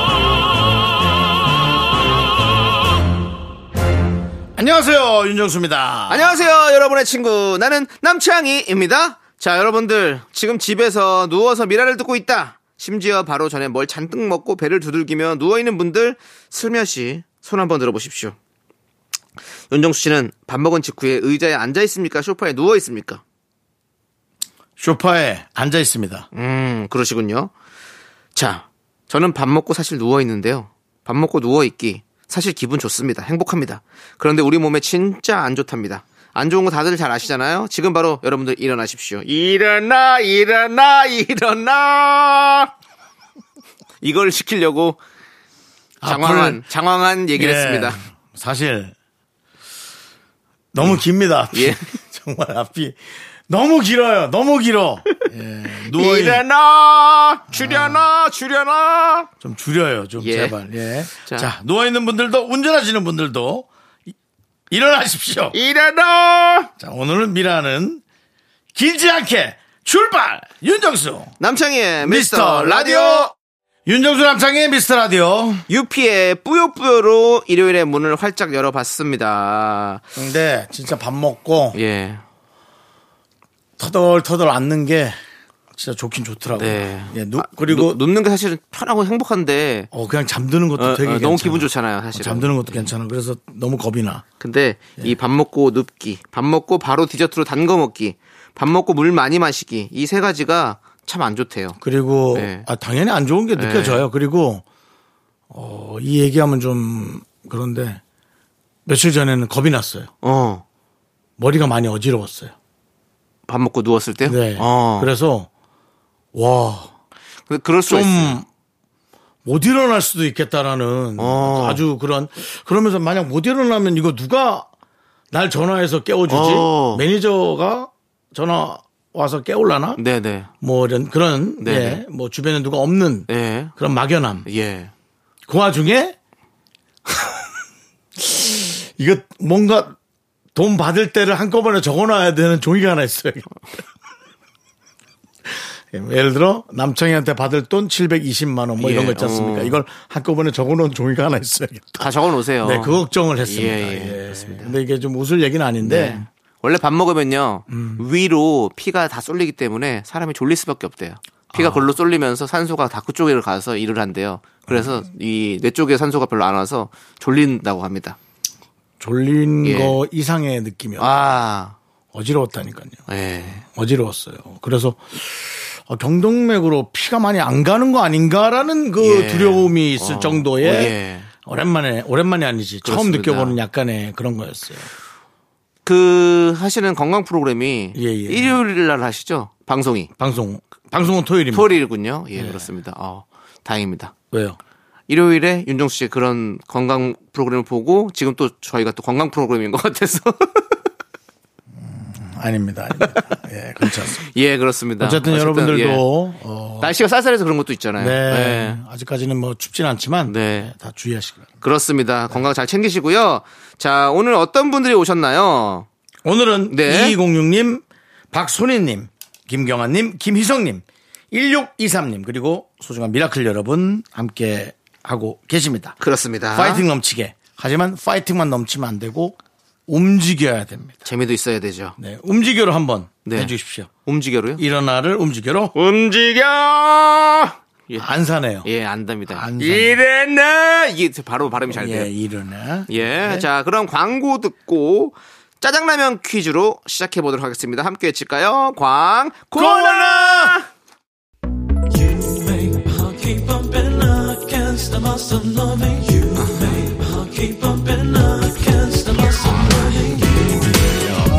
안녕하세요 윤정수입니다. 안녕하세요, 여러분의 친구. 나는 남창희입니다. 자, 여러분들. 지금 집에서 누워서 미라를 듣고 있다. 심지어 바로 전에 뭘 잔뜩 먹고 배를 두들기며 누워있는 분들, 슬며시 손 한번 들어보십시오. 윤정수 씨는 밥 먹은 직후에 의자에 앉아있습니까? 소파에 누워있습니까? 쇼파에 앉아 있습니다. 음, 그러시군요. 자, 저는 밥 먹고 사실 누워있는데요. 밥 먹고 누워있기. 사실 기분 좋습니다. 행복합니다. 그런데 우리 몸에 진짜 안 좋답니다. 안 좋은 거 다들 잘 아시잖아요? 지금 바로 여러분들 일어나십시오. 일어나, 일어나, 일어나! 이걸 시키려고 장황한, 앞을- 장황한 얘기를 예, 했습니다. 사실 너무 깁니다. 앞이. 예. 정말 앞이 너무 길어요. 너무 길어. 예, 누워 있 일어나! 줄여놔, 줄여놔! 좀 줄여요. 좀 예. 제발. 예. 자. 자, 누워 있는 분들도 운전하시는 분들도 이- 일어나십시오. 예. 일어나! 자, 오늘은 미라는 길지 않게 출발. 윤정수. 남창희의 미스터 미스터 라디오! 라디오. 윤정수 남창의 미스터 라디오. 유피의 뿌요뿌요로 일요일에 문을 활짝 열어봤습니다. 근데 진짜 밥 먹고 예. 터덜터덜 앉는 게 진짜 좋긴 좋더라고요. 네. 예, 누- 아, 그리고 누, 눕는 게 사실은 편하고 행복한데 어 그냥 잠드는 것도 어, 되게 어, 괜찮아. 너무 기분 좋잖아요, 사실은. 잠드는 예. 것도 괜찮아. 그래서 너무 겁이 나. 근데 이 밥 먹고 눕기, 밥 먹고 바로 디저트로 단 거 먹기, 밥 먹고 물 많이 마시기 이 세 가지가 참 안 좋대요. 그리고 네. 아 당연히 안 좋은 게 느껴져요. 그리고 어 이 얘기하면 좀 그런데 며칠 전에는 겁이 났어요. 어, 머리가 많이 어지러웠어요. 밥 먹고 누웠을 때요. 네. 어. 그래서 와 근데 그럴 수 좀 있어. 못 일어날 수도 있겠다라는 어. 아주 그런 그러면서 만약 못 일어나면 이거 누가 날 전화해서 깨워주지 어. 매니저가 전화 와서 깨울라나 네, 네, 뭐 이런 그런 네네. 예, 뭐 주변에 누가 없는 예, 그런 막연함 예. 그 와중에 이거 뭔가 돈 받을 때를 한꺼번에 적어놔야 되는 종이가 하나 있어요. 예, 예를 들어 남청이한테 받을 돈 720만 원 뭐 이런 예, 거 있지 않습니까? 어. 이걸 한꺼번에 적어놓은 종이가 하나 있어야겠다. 다 적어 놓으세요. 네, 그 걱정을 했습니다. 예, 예, 예. 근데 이게 좀 웃을 얘기는 아닌데 네. 원래 밥 먹으면요 음. 위로 피가 다 쏠리기 때문에 사람이 졸릴 수밖에 없대요. 피가 아. 걸로 쏠리면서 산소가 다 그쪽으로 가서 일을 한대요. 그래서 음. 이 뇌 쪽에 산소가 별로 안 와서 졸린다고 합니다. 졸린 예. 거 이상의 느낌이 요 아, 어지러웠다니까요. 예, 어지러웠어요. 그래서 어, 경동맥으로 피가 많이 안 가는 거 아닌가라는 그 예. 두려움이 있을 어, 정도의 어, 예. 오랜만에 오랜만이 아니지 처음 그렇습니다. 느껴보는 약간의 그런 거였어요. 그 하시는 건강 프로그램이 예, 음. 예. 일요일 날 하시죠 방송이 방송 방송은 토요일입니다. 토요일이군요. 예, 그렇습니다. 어, 다행입니다. 왜요? 일요일에 윤정수 씨의 그런 건강 프로그램을 보고 지금 또 저희가 또 건강 프로그램인 것 같아서 음, 아닙니다. 아닙니다. 예, 그렇지 않습니다. 예 그렇습니다. 예. 어쨌든, 어쨌든, 여러분들도 어, 날씨가 쌀쌀해서 그런 것도 있잖아요. 네, 네. 아직까지는 뭐 춥진 않지만 네. 예, 다 주의하시기 바랍니다. 그렇습니다. 건강 잘 챙기시고요. 자, 오늘 어떤 분들이 오셨나요? 오늘은 네. 2206님, 박소희님, 김경아님, 김희성님, 1623님 그리고 소중한 미라클 여러분 함께 하고 계십니다. 그렇습니다. 파이팅 넘치게. 하지만 파이팅만 넘치면 안 되고 움직여야 됩니다. 재미도 있어야 되죠. 네, 움직여로 한번 네. 해주십시오. 움직여로요? 일어나를 움직여로 움직여! 예. 안 사네요. 예, 안답니다. 안 이랬나? 이게 바로 발음이 잘 돼요. 예, 네. 일어나. 예. 자, 그럼 광고 듣고 짜장라면 퀴즈로 시작해 보도록 하겠습니다. 함께 해칠까요? 광, 고나!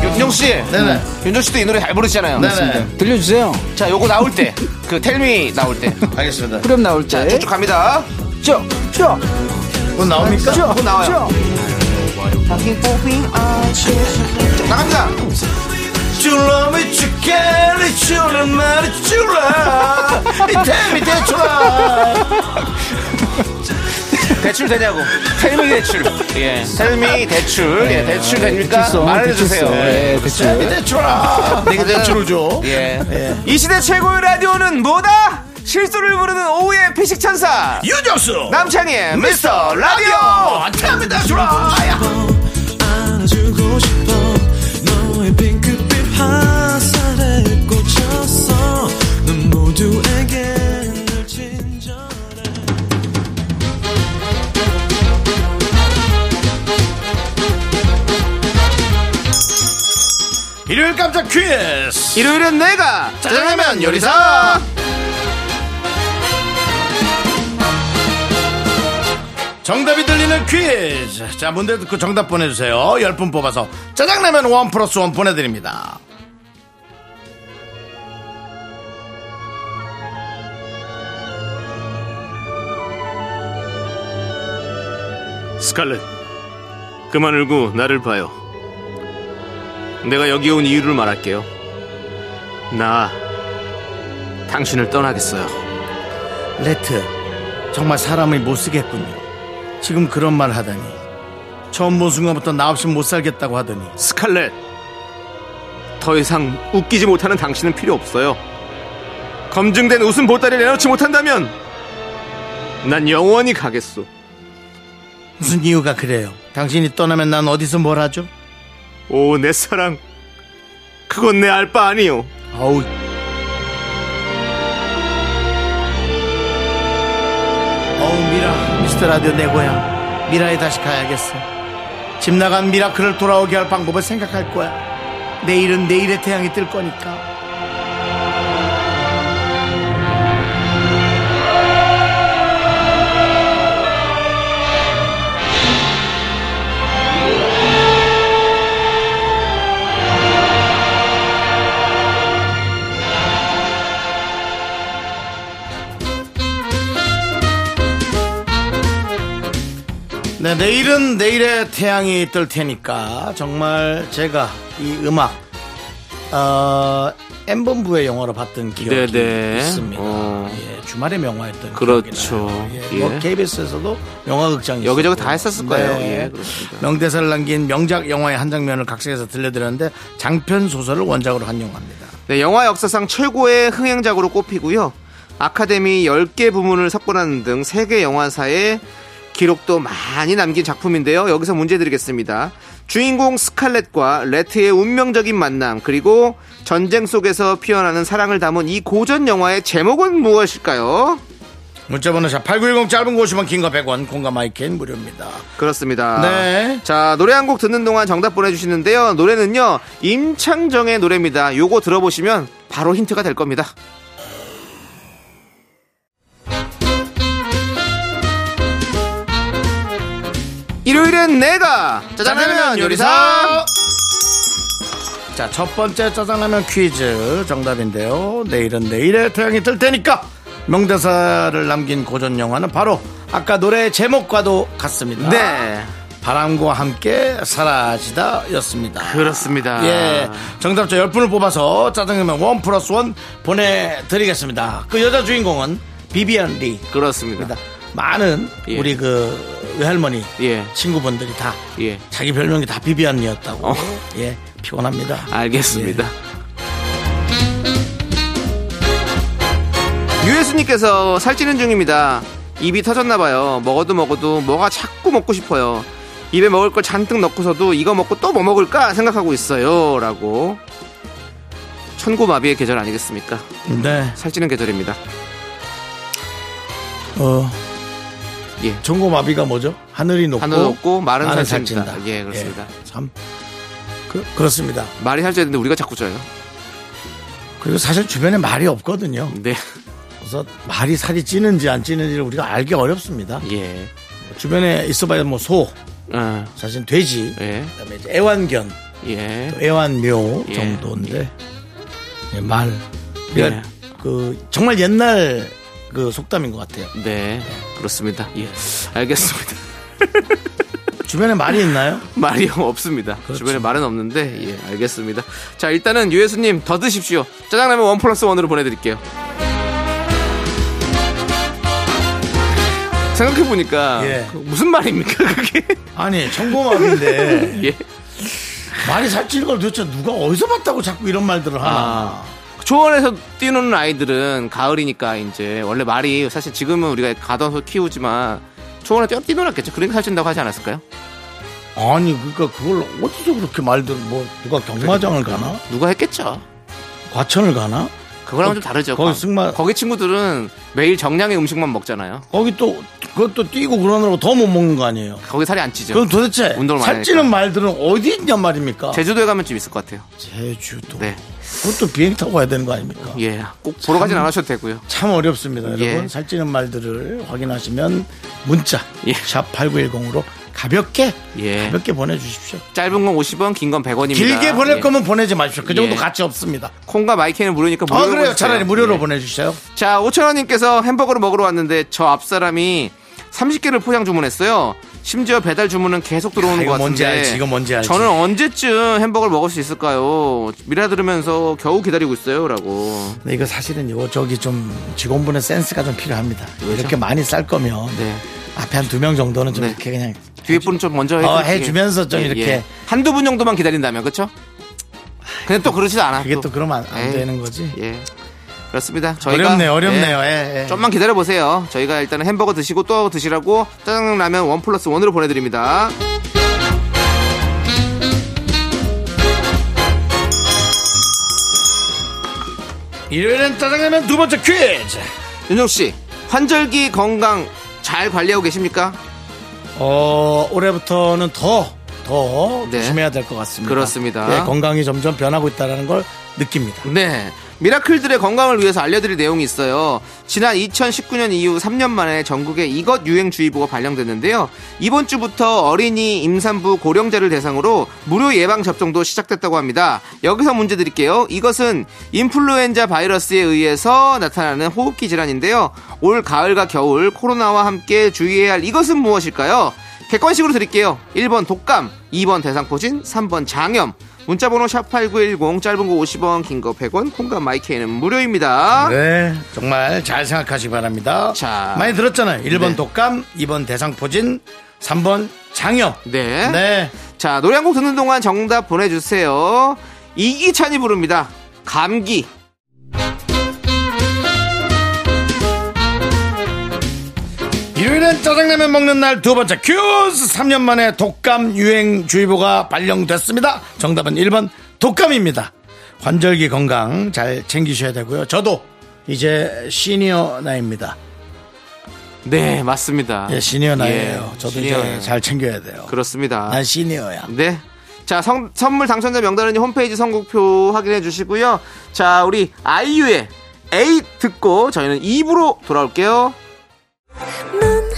윤정씨, 네네. 윤정씨도 이 노래 잘 부르시잖아요. 네네. 들려주세요. 자, 요거 나올 때, 그 텔미 나올 때, 알겠습니다. 그럼 나올 때. 쭉쭉 갑니다. 쭉, 쭉, 그건 나옵니까? 쭉 나와요. 쭉. 쭉 나갑니다. 줄라 미치겠니 줄라 말이 줄라 이태미 대출라 대출 되냐고. 텔미 대출. 예. 텔미 대출. 예. 대출 됩니까? 말해주세요. 예. 이태미 대출라 내가 대출을 줘 예. 이 시대 최고의 라디오는 뭐다? 실수를 부르는 오후의 피식 천사. 유정수 남창희의 미스터 라디오. 어, 이태미 대출라 안아주고 싶어 너의 핑크빛 화살에 꽂혔어 넌 모두에게 늘 친절해 일요일 깜짝 퀴즈 일요일은 내가 짜장라면 요리사. 정답이 들리는 퀴즈 자 문제 듣고 정답 보내주세요 10분 뽑아서 짜장라면 원 플러스 원 보내드립니다 스칼렛, 그만 울고 나를 봐요. 내가 여기 온 이유를 말할게요. 나 당신을 떠나겠어요. 레트 정말 사람을 못 쓰겠군요 지금 그런 말 하다니 처음 본 순간부터 나 없이 못 살겠다고 하더니 스칼렛, 더 이상 웃기지 못하는 당신은 필요 없어요. 검증된 웃음 보따리를 내놓지 못한다면 난 영원히 가겠소. 무슨 이유가 그래요 당신이 떠나면 난 어디서 뭘 하죠 오, 내 사랑. 그건 내 알 바 아니요. 아우 어우 미라 미스터 라디오 내 고향 미라에 다시 가야겠어 집 나간 미라클을 돌아오게 할 방법을 생각할 거야 내일은 내일의 태양이 뜰 거니까 네 내일은 내일의 태양이 뜰 테니까 정말 제가 이 음악 어 엠본부의 영화로 봤던 기억이 네네. 있습니다 어. 예, 주말에 명화했던 그렇죠. 기억이 나요. 예, 뭐 예. KBS에서도 영화극장이 여기저기 있었고. 다 했었을 거예요. 네. 예, 그렇습니다. 명대사를 남긴 명작 영화의 한 장면을 각색해서 들려드렸는데 장편 소설을 원작으로 한 영화입니다. 네, 영화 역사상 최고의 흥행작으로 꼽히고요. 아카데미 10개 부문을 석권하는 등 세계 영화사의 기록도 많이 남긴 작품인데요. 여기서 문제 드리겠습니다. 주인공 스칼렛과 레트의 운명적인 만남, 그리고 전쟁 속에서 피어나는 사랑을 담은 이 고전 영화의 제목은 무엇일까요? 문자번호 샵8910 짧은 50원 긴거 100원 공과 마이크는 무료입니다. 그렇습니다. 네. 자, 노래 한 곡 듣는 동안 정답 보내주시는데요. 노래는요, 임창정의 노래입니다. 요거 들어보시면 바로 힌트가 될 겁니다. 일요일엔 내가 짜장라면 요리사 자, 첫 번째 짜장라면 퀴즈 정답인데요. 내일은 내일의 태양이 뜰 테니까 명대사를 남긴 고전 영화는 바로 아까 노래 제목과도 같습니다. 네 바람과 함께 사라지다 였습니다. 그렇습니다. 예. 정답자 10분을 뽑아서 짜장라면 원 플러스 원 보내드리겠습니다. 그 여자 주인공은 비비안 리입니다. 그렇습니다 많은 예. 우리 그 외할머니 예. 친구분들이 다 예 자기 별명이 다 비비안이었다고. 어. 아, 예. 피곤합니다. 알겠습니다. 예. 유혜수님께서 살찌는 중입니다. 입이 터졌나봐요. 먹어도 먹어도 뭐가 자꾸 먹고 싶어요. 입에 먹을 걸 잔뜩 넣고서도 이거 먹고 또 뭐 먹을까 생각하고 있어요. 라고. 천고마비의 계절 아니겠습니까? 예. 네. 살찌는 계절입니다. 어. 예. 전고마비가 뭐죠? 하늘이 높고 하늘 높고 마른 나는 살찐다. 예, 그렇습니다. 예, 참. 그, 그렇습니다. 말이 살쪄야 되는데 우리가 자꾸 쪄요. 그리고 사실 주변에 말이 없거든요. 네. 그래서 말이 살이 찌는지 안 찌는지를 우리가 알기 어렵습니다. 예. 주변에 있어봐야 뭐 소, 어, 사실 돼지, 예. 그다음에 이제 애완견, 예. 또 애완묘 예. 정도인데 예, 말. 그러니까 예. 그 정말 옛날 그 속담인 것 같아요. 네. 그렇습니다. 예. 알겠습니다. 주변에 말이 있나요? 말이 없습니다. 그렇죠. 주변에 말은 없는데 예 알겠습니다. 자 일단은 유예수님 더 드십시오. 짜장라면 원 플러스 원으로 보내드릴게요. 생각해 보니까 그 예. 무슨 말입니까 그게? 아니 청공업인데 예. 말이 살찌는 걸 도대체 누가 어디서 봤다고 자꾸 이런 말들을 하나? 아. 초원에서 뛰노는 아이들은 가을이니까 이제 원래 말이 사실 지금은 우리가 가둬서 키우지만 초원에 뛰어 뛰놀았겠죠. 그러니까 살찐다고 하지 않았을까요? 아. 니 그러니까 그걸 어디서 그렇게 말들 뭐 누가 경마장을 가나? 누가 했겠죠. 과천을 가나? 그거랑은 거- 좀 다르죠. 거기 승마- 거기 친구들은 매일 정량의 음식만 먹잖아요. 거기 또 그것도 뛰고 그러느라고 더 못 먹는 거 아니에요? 거기 살이 안 찌죠. 그럼 도대체 운동을 많이 살찌는 말들은 어디 있냔 말입니까? 제주도에 가면 좀 있을 것 같아요. 제주도. 네. 그것도 비행 타고 가야 되는 거 아닙니까? 예. 꼭 보러 가진 않으셔도 되고요. 참 어렵습니다, 여러분. 예. 살찌는 말들을 확인하시면 문자 예. 샵 #8910으로 가볍게 예. 가볍게 보내주십시오. 짧은 건 50원, 긴 건 100원입니다. 길게 보낼 거면 보내지 마십시오. 그 정도 예. 가치 없습니다. 콩과 마이크는 무료니까 무료로 아 그래요. 보내주세요. 차라리 무료로 예. 보내주세요. 자, 5천원님께서 햄버거를 먹으러 왔는데 저 앞사람이 30개를 포장 주문했어요. 심지어 배달 주문은 계속 들어오는 아, 이거 것 같은데. 뭔지 알지, 이거 뭔지 알지. 저는 언제쯤 햄버거를 먹을 수 있을까요? 미라 들으면서 겨우 기다리고 있어요. 라고. 근데 이거 사실은 요 저기 좀 직원분의 센스가 좀 필요합니다. 이렇게 많이 쌀 거면 네. 앞에 한 두 명 정도는 좀 네. 이렇게 그냥 뒤에 분은 좀 먼저 어, 해드릴게요. 예, 해주면서 좀 이렇게. 한두 분 정도만 기다린다면 그렇죠? 근데 또 그러지도 않아. 그게 또 그러면 안, 안 에이. 되는 거지. 예. 그렇습니다. 저희가 어렵네, 어렵네요. 예. 예, 예. 좀만 기다려 보세요. 저희가 일단은 햄버거 드시고 또 드시라고 짜장라면 원 플러스 원으로 보내드립니다. 일요일엔 짜장라면 두 번째 퀴즈. 윤정 씨, 환절기 건강 잘 관리하고 계십니까? 어, 올해부터는 더, 더 네. 조심해야 될 것 같습니다. 그렇습니다. 예, 건강이 점점 변하고 있다는 걸 느낍니다. 네. 미라클들의 건강을 위해서 알려드릴 내용이 있어요. 지난 2019년 이후 3년 만에 전국에 이것 유행주의보가 발령됐는데요. 이번 주부터 어린이, 임산부, 고령자를 대상으로 무료 예방접종도 시작됐다고 합니다. 여기서 문제 드릴게요. 이것은 인플루엔자 바이러스에 의해서 나타나는 호흡기 질환인데요. 올 가을과 겨울 코로나와 함께 주의해야 할 이것은 무엇일까요? 객관식으로 드릴게요. 1번 독감, 2번 대상포진, 3번 장염. 문자번호 샵8910 짧은 거 50원 긴 거 100원 콩과 마이케이는 무료입니다 네, 정말 잘 생각하시기 바랍니다. 자. 많이 들었잖아요. 1번 네. 독감, 2번 대상포진, 3번 장염. 네. 네. 자 노래 한 곡 듣는 동안 정답 보내주세요 이기찬이 부릅니다 감기 일요일엔 짜장라면 먹는 날 두 번째 큐즈 3년 만에 독감 유행주의보가 발령됐습니다. 정답은 1번 독감입니다. 관절기 건강 잘 챙기셔야 되고요. 저도 이제 시니어 나이입니다. 네 맞습니다 예, 시니어 나이에요. 저도 시니어예요. 이제 잘 챙겨야 돼요. 그렇습니다 난 시니어야. 네. 자, 성- 선물 당첨자 명단은 홈페이지 선곡표 확인해 주시고요. 자, 우리 아이유의 에이 듣고 저희는 2부로 돌아올게요. 넌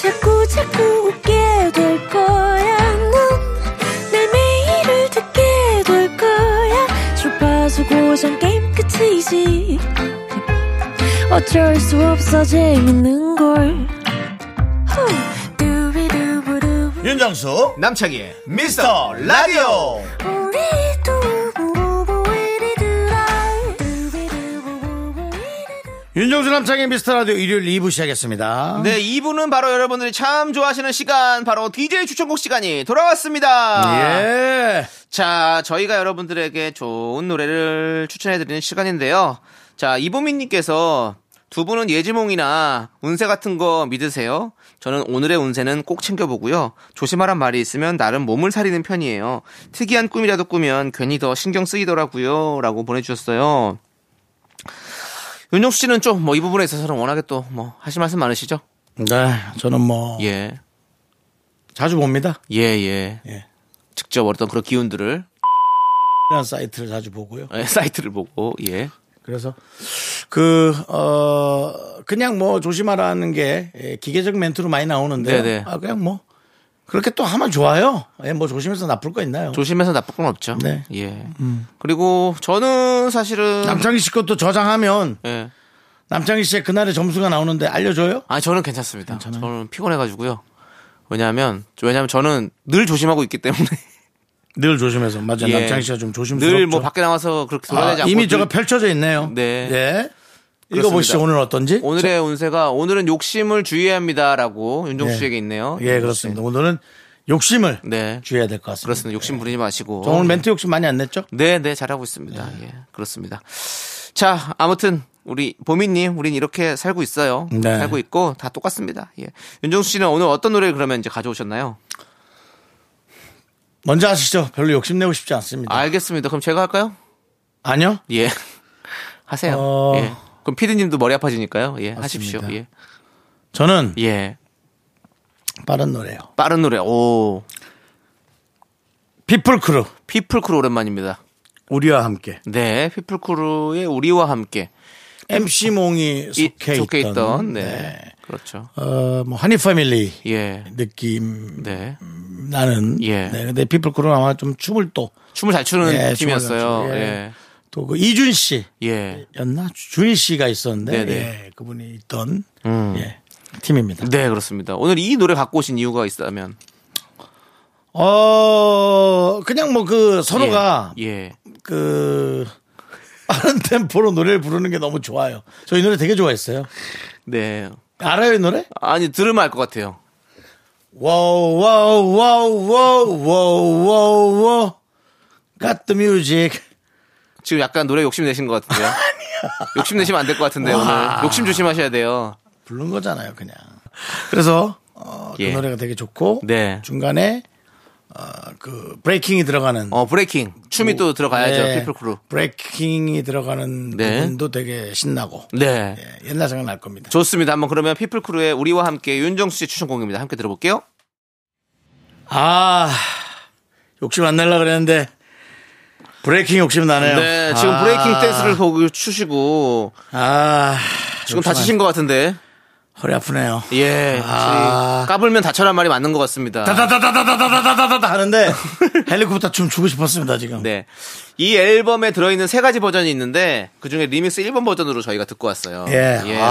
자꾸 자꾸 웃게 될 거야. 넌내 매일을 듣게 될 거야. 주파수 고정 게임 끝이지. 어쩔 수 없어 재밌는 걸. 후. 두비두부두. 윤정수 남창희의 미스터 라디오 우리 두부부부 우리 두라. 두비두부부부 우리 두라. 윤정수 남창의 미스터 라디오 일요일 2부 시작했습니다. 예. 네, 2부는 바로 여러분들이 참 좋아하시는 시간, 바로 DJ 추천곡 시간이 돌아왔습니다. 예. 자, 저희가 여러분들에게 좋은 노래를 추천해드리는 시간인데요. 자, 이보민님께서 두 분은 예지몽이나 운세 같은 거 믿으세요? 저는 오늘의 운세는 꼭 챙겨보고요. 조심하란 말이 있으면 나름 몸을 사리는 편이에요. 특이한 꿈이라도 꾸면 괜히 더 신경 쓰이더라고요. 라고 보내주셨어요. 윤정수 씨는 좀 뭐 이 부분에 있어서는 워낙에 또 뭐 하실 말씀 많으시죠? 네, 저는 뭐 예. 자주 봅니다. 예, 예. 예. 직접 어떤 그런 기운들을 이런 사이트를 자주 보고요. 예, 사이트를 보고 예. 그래서 그, 어, 그냥 뭐 조심하라는 게 예, 기계적 멘트로 많이 나오는데 네네. 아, 그냥 뭐 그렇게 또 하면 좋아요. 예, 뭐 조심해서 나쁠 거 있나요? 조심해서 나쁠 건 없죠. 네. 예. 그리고 저는 사실은 남창희 씨 것도 저장하면 예. 남창희 씨의 그날의 점수가 나오는데 알려줘요? 아 저는 괜찮습니다. 저는 피곤해 가지고요. 왜냐하면 왜냐하면 저는 늘 조심하고 있기 때문에 늘 조심해서 맞아 요 예. 남창희 씨가 좀 조심스럽죠. 늘 뭐 밖에 나와서 그렇게 아, 돌아다니지 않고 이미 저가 늘- 펼쳐져 있네요. 네. 예. 읽어보시죠. 그렇습니다. 오늘 어떤지. 오늘의 운세가 오늘은 욕심을 주의해야 합니다라고 윤종수 예. 씨에게 있네요. 예, 그렇습니다. 오늘은 욕심을 네. 주의해야 될 것 같습니다. 그렇습니다. 욕심 부리지 마시고. 저 오늘 멘트 욕심 많이 안 냈죠? 네, 네, 잘하고 있습니다. 예, 그렇습니다. 자, 아무튼 우리 보미님, 우린 이렇게 살고 있어요. 네. 살고 있고 다 똑같습니다. 예. 윤종수 씨는 오늘 어떤 노래를 그러면 이제 가져오셨나요? 먼저 하시죠. 별로 욕심 내고 싶지 않습니다. 알겠습니다. 그럼 제가 할까요? 아, 니요 예. 하세요. 어. 예. 그럼 피디님도 머리 아파지니까요. 예, 하십시오. 예. 맞습니다. 저는 예. 빠른 노래요. 빠른 노래. 오. 피플크루 피플크루 오랜만입니다. 우리와 함께 네, 피플크루의 우리와 함께 MC 몽이 이- 속해, 있던, 네. 네. 그렇죠. 어, 뭐 하니 패밀리 예. 느낌 네. 나는 예. 네, 근데 피플크루 아마 좀 춤을 또 춤을 잘 추는 예, 팀이었어요. 춤을 잘 추죠. 예. 또 그 이준 씨 예. 였나 준희 씨가 있었는데 네네. 음. 예, 그분이 있던 예, 팀입니다. 네, 그렇습니다. 오늘 이 노래 갖고 오신 이유가 있다면 어 그냥 뭐 그 서로가 예. 예. 그 빠른 템포로 노래를 부르는 게 너무 좋아요. 저 이 노래 되게 좋아했어요. 네. 알아요 이 노래? 아니, 들으면 알 것 같아요. Whoa, whoa, whoa, whoa, whoa, whoa, whoa. Got the music. 지금 약간 노래 욕심 내신 것 같은데요. 욕심 내시면 안 될 것 같은데 요 오늘 욕심 조심하셔야 돼요. 부른 거잖아요, 그냥. 그래서, 어, 그 예. 노래가 되게 좋고, 네. 중간에, 어, 그, 브레이킹이 들어가는. 어, 브레이킹. 춤이 또 들어가야죠. 네, 피플 크루. 브레이킹이 들어가는 네. 부분도 되게 신나고, 네. 예, 옛날 생각 날 겁니다. 좋습니다. 한번 그러면 피플 크루의 우리와 함께 윤정수 씨 추천곡입니다. 함께 들어볼게요. 아, 욕심 안 내려고 그랬는데, 브레이킹 욕심 나네요. 네, 지금 아, 브레이킹 댄스를 거기 추시고 아, 지금 욕심 안- 다치신 것 같은데. 허리 아프네요. 예. 아. 확실히 까불면 다쳐란 말이 맞는 것 같습니다. 다다다다다다다다다다 하는데 헬리콥터 춤 추고 싶었습니다 지금. 네. 이 앨범에 들어있는 세 가지 버전이 있는데 그중에 리믹스 1번 버전으로 저희가 듣고 왔어요. 예. 그렇습니다.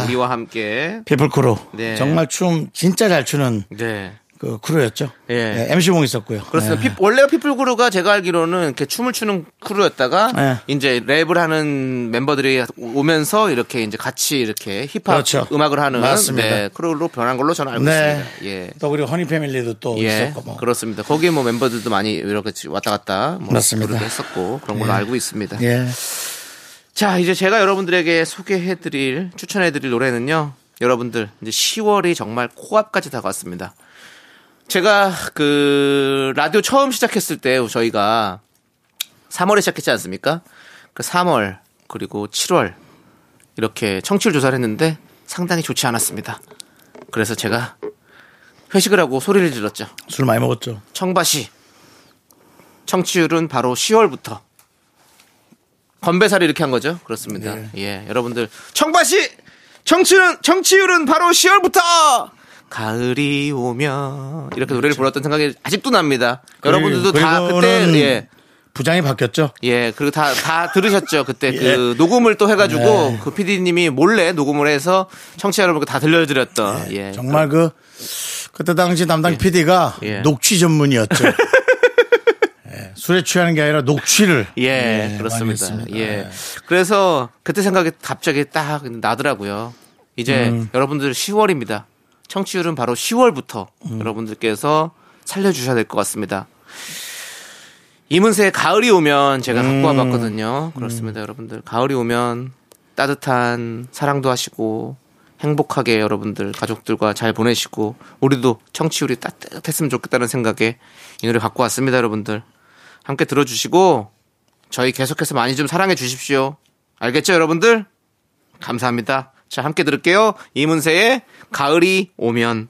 아. 우리와 함께. 피플크루 네. 정말 춤 진짜 잘 추는 네. 그 크루였죠. 예. MC 봉 있었고요. 그렇습니다. 네. 피- 원래 피플 그루가 제가 알기로는 이렇게 춤을 추는 크루였다가 네. 이제 랩을 하는 멤버들이 오면서 이렇게 이제 같이 이렇게 힙합 그렇죠. 음악을 하는 맞습니다. 네, 크루로 변한 걸로 저는 알고 네. 있습니다. 예. 또 그리고 허니 패밀리도 또 예, 있었고 뭐. 그렇습니다. 거기에 뭐 멤버들도 많이 이렇게 왔다 갔다 뭐 맞습니다. 그룹도 했었고 그런 걸로 예. 알고 있습니다. 예. 자, 이제 제가 여러분들에게 소개해드릴, 추천해드릴 노래는요. 여러분들, 이제 10월이 정말 코앞까지 다가왔습니다. 제가 그, 라디오 처음 시작했을 때 저희가 3월에 시작했지 않습니까? 그 3월, 그리고 7월, 이렇게 청취율 조사를 했는데 상당히 좋지 않았습니다. 그래서 제가 회식을 하고 소리를 질렀죠. 술 많이 먹었죠. 청바시. 청취율은 바로 10월부터. 건배사를 이렇게 한 거죠. 그렇습니다. 네. 예, 여러분들 청바시 청취는 청취율은 바로 10월부터. 가을이 오면 이렇게 노래를 불렀던 생각이 아직도 납니다. 여러분들도 다 그렇죠. 그, 그리고는 그때 예. 부장이 바뀌었죠. 예, 그리고 다, 다 들으셨죠. 그때 그 예. 녹음을 또 해가지고 네. 그 PD님이 몰래 녹음을 해서 청취자 여러분께 다 들려드렸던. 예. 정말 그 그때 당시 담당 PD가 예. 녹취 전문이었죠. 예, 술에 취하는 게 아니라 녹취를 예, 네, 많이 그렇습니다. 했습니다. 예. 그래서 그때 생각이 갑자기 딱 나더라고요. 이제 음. 여러분들 10월입니다. 청취율은 바로 10월부터 음. 여러분들께서 살려주셔야 될 것 같습니다. 이문세의 가을이 오면 제가 음. 갖고 와봤거든요. 그렇습니다, 여러분들. 가을이 오면 따뜻한 사랑도 하시고 행복하게 여러분들 가족들과 잘 보내시고 우리도 청취율이 따뜻했으면 좋겠다는 생각에 이 노래 갖고 왔습니다, 여러분들. 함께 들어주시고 저희 계속해서 많이 좀 사랑해 주십시오. 알겠죠, 여러분들? 감사합니다. 자, 함께 들을게요. 이문세의 가을이 오면.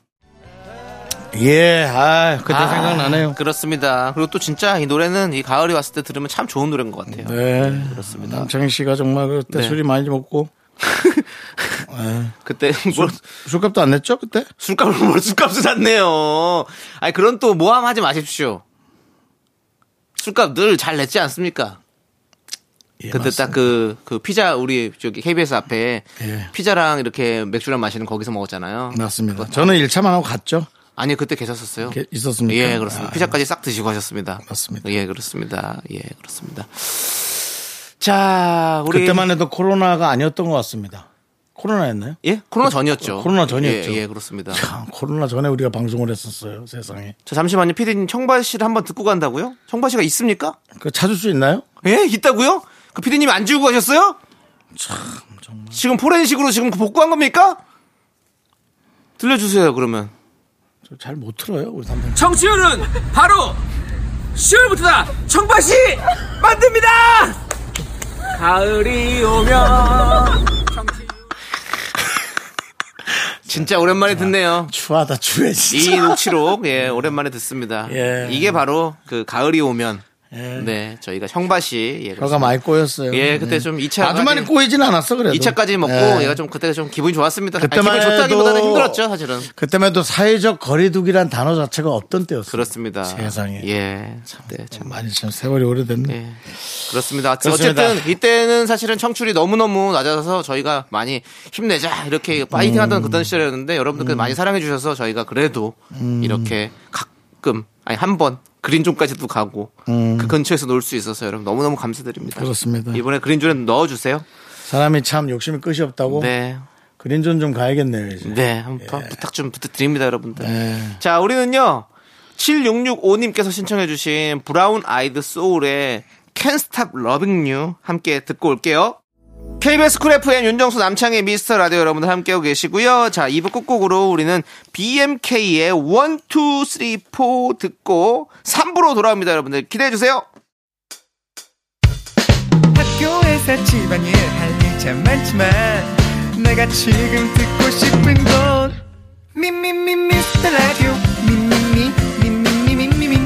예, 아 그때 아, 생각나네요. 그렇습니다. 그리고 또 진짜 이 노래는 이 가을이 왔을 때 들으면 참 좋은 노래인 것 같아요. 네. 그렇습니다. 남창희 씨가 정말 그때 네. 술이 많이 먹고 그때 뭘 술값도 안 냈죠 그때? 술값을 뭘 술값을 샀네요. 아니 그런 또 모함하지 마십시오. 술값 늘 잘 냈지 않습니까? 예, 그때 딱 그, 그 피자 우리 저기 KBS 앞에 예. 피자랑 이렇게 맥주랑 마시는 거기서 먹었잖아요. 그렇죠. 맞습니다. 저는 1차만 하고 갔죠. 아니 그때 계셨었어요. 게- 있었습니까? 예, 그렇습니다. 아, 피자까지 싹 드시고 하셨습니다. 맞습니다. 예, 그렇습니다. 예, 그렇습니다. 자, 우리 예. 그때만 해도 코로나가 아니었던 것 같습니다. 코로나였나요? 예, 코로나 전이었죠. 코로나 전이었죠. 예, 예, 그렇습니다. 참, 코로나 전에 우리가 방송을 했었어요, 세상에. 저 잠시만요, 피디님 청바 씨를 한번 듣고 간다고요? 청바 씨가 있습니까? 그 찾을 수 있나요? 예, 있다고요? 그 피디님이 안 지우고 가셨어요? 참 정말. 지금 포렌식으로 지금 그 복구한 겁니까? 들려주세요 그러면. 잘 못 들어요, 우리 담당. 정치율은 바로 10월부터다 청바시 만듭니다 가을이 오면 진짜 오랜만에 듣네요. 추하다, 추해, 진짜. 이 녹취록 예 오랜만에 듣습니다. 예. 이게 바로 그 가을이 오면 예. 네 저희가 형바시 예, 혀가 그렇습니다. 많이 꼬였어요. 네. 예 그때 좀 2차 아주 많이 꼬이진 않았어, 그래도. 2차까지 먹고 예. 얘가 좀 그때 좀 기분이 좋았습니다. 아니, 그때만 기분 좋다기보다는 해도- 힘들었죠 사실은. 그때만 해도 사회적 거리두기란 단어 자체가 없던 때였어요. 그렇습니다. 세상에. 예참 네, 참. 많이 참 세월이 오래됐네. 예. 그렇습니다. 그렇습니다. 어쨌든 이때는 사실은 청출이 너무너무 낮아서 저희가 많이 힘내자 이렇게 파이팅 하던 음. 그던 시절이었는데 여러분들께서 많이 사랑해 주셔서 저희가 그래도 음. 이렇게 가끔 아니 한 번 그린존까지도 가고 그 근처에서 놀 수 있어서 여러분 너무너무 감사드립니다. 음. 그렇습니다. 이번에 그린존에 넣어 주세요. 사람이 참 욕심이 끝이 없다고. 네. 그린존 좀 가야겠네요, 이제. 네, 한번 부탁 좀 부탁드립니다, 여러분들. 예. 자, 우리는요. 7665님께서 신청해 주신 브라운 아이드 소울의 Can't Stop Loving You 함께 듣고 올게요. KBS 쿨 FM 윤정수 남창의 미스터 라디오 여러분들 함께하고 계시고요. 자, 2부 끝곡으로 우리는 BMK의 1, 2, 3, 4 듣고 3부로 돌아옵니다. 여러분들 기대해 주세요. 학교에서 집안일 할 일 참 많지만 내가 지금 듣고 싶은 건 미미미 미스터 라디오 미미미 미미미 미미미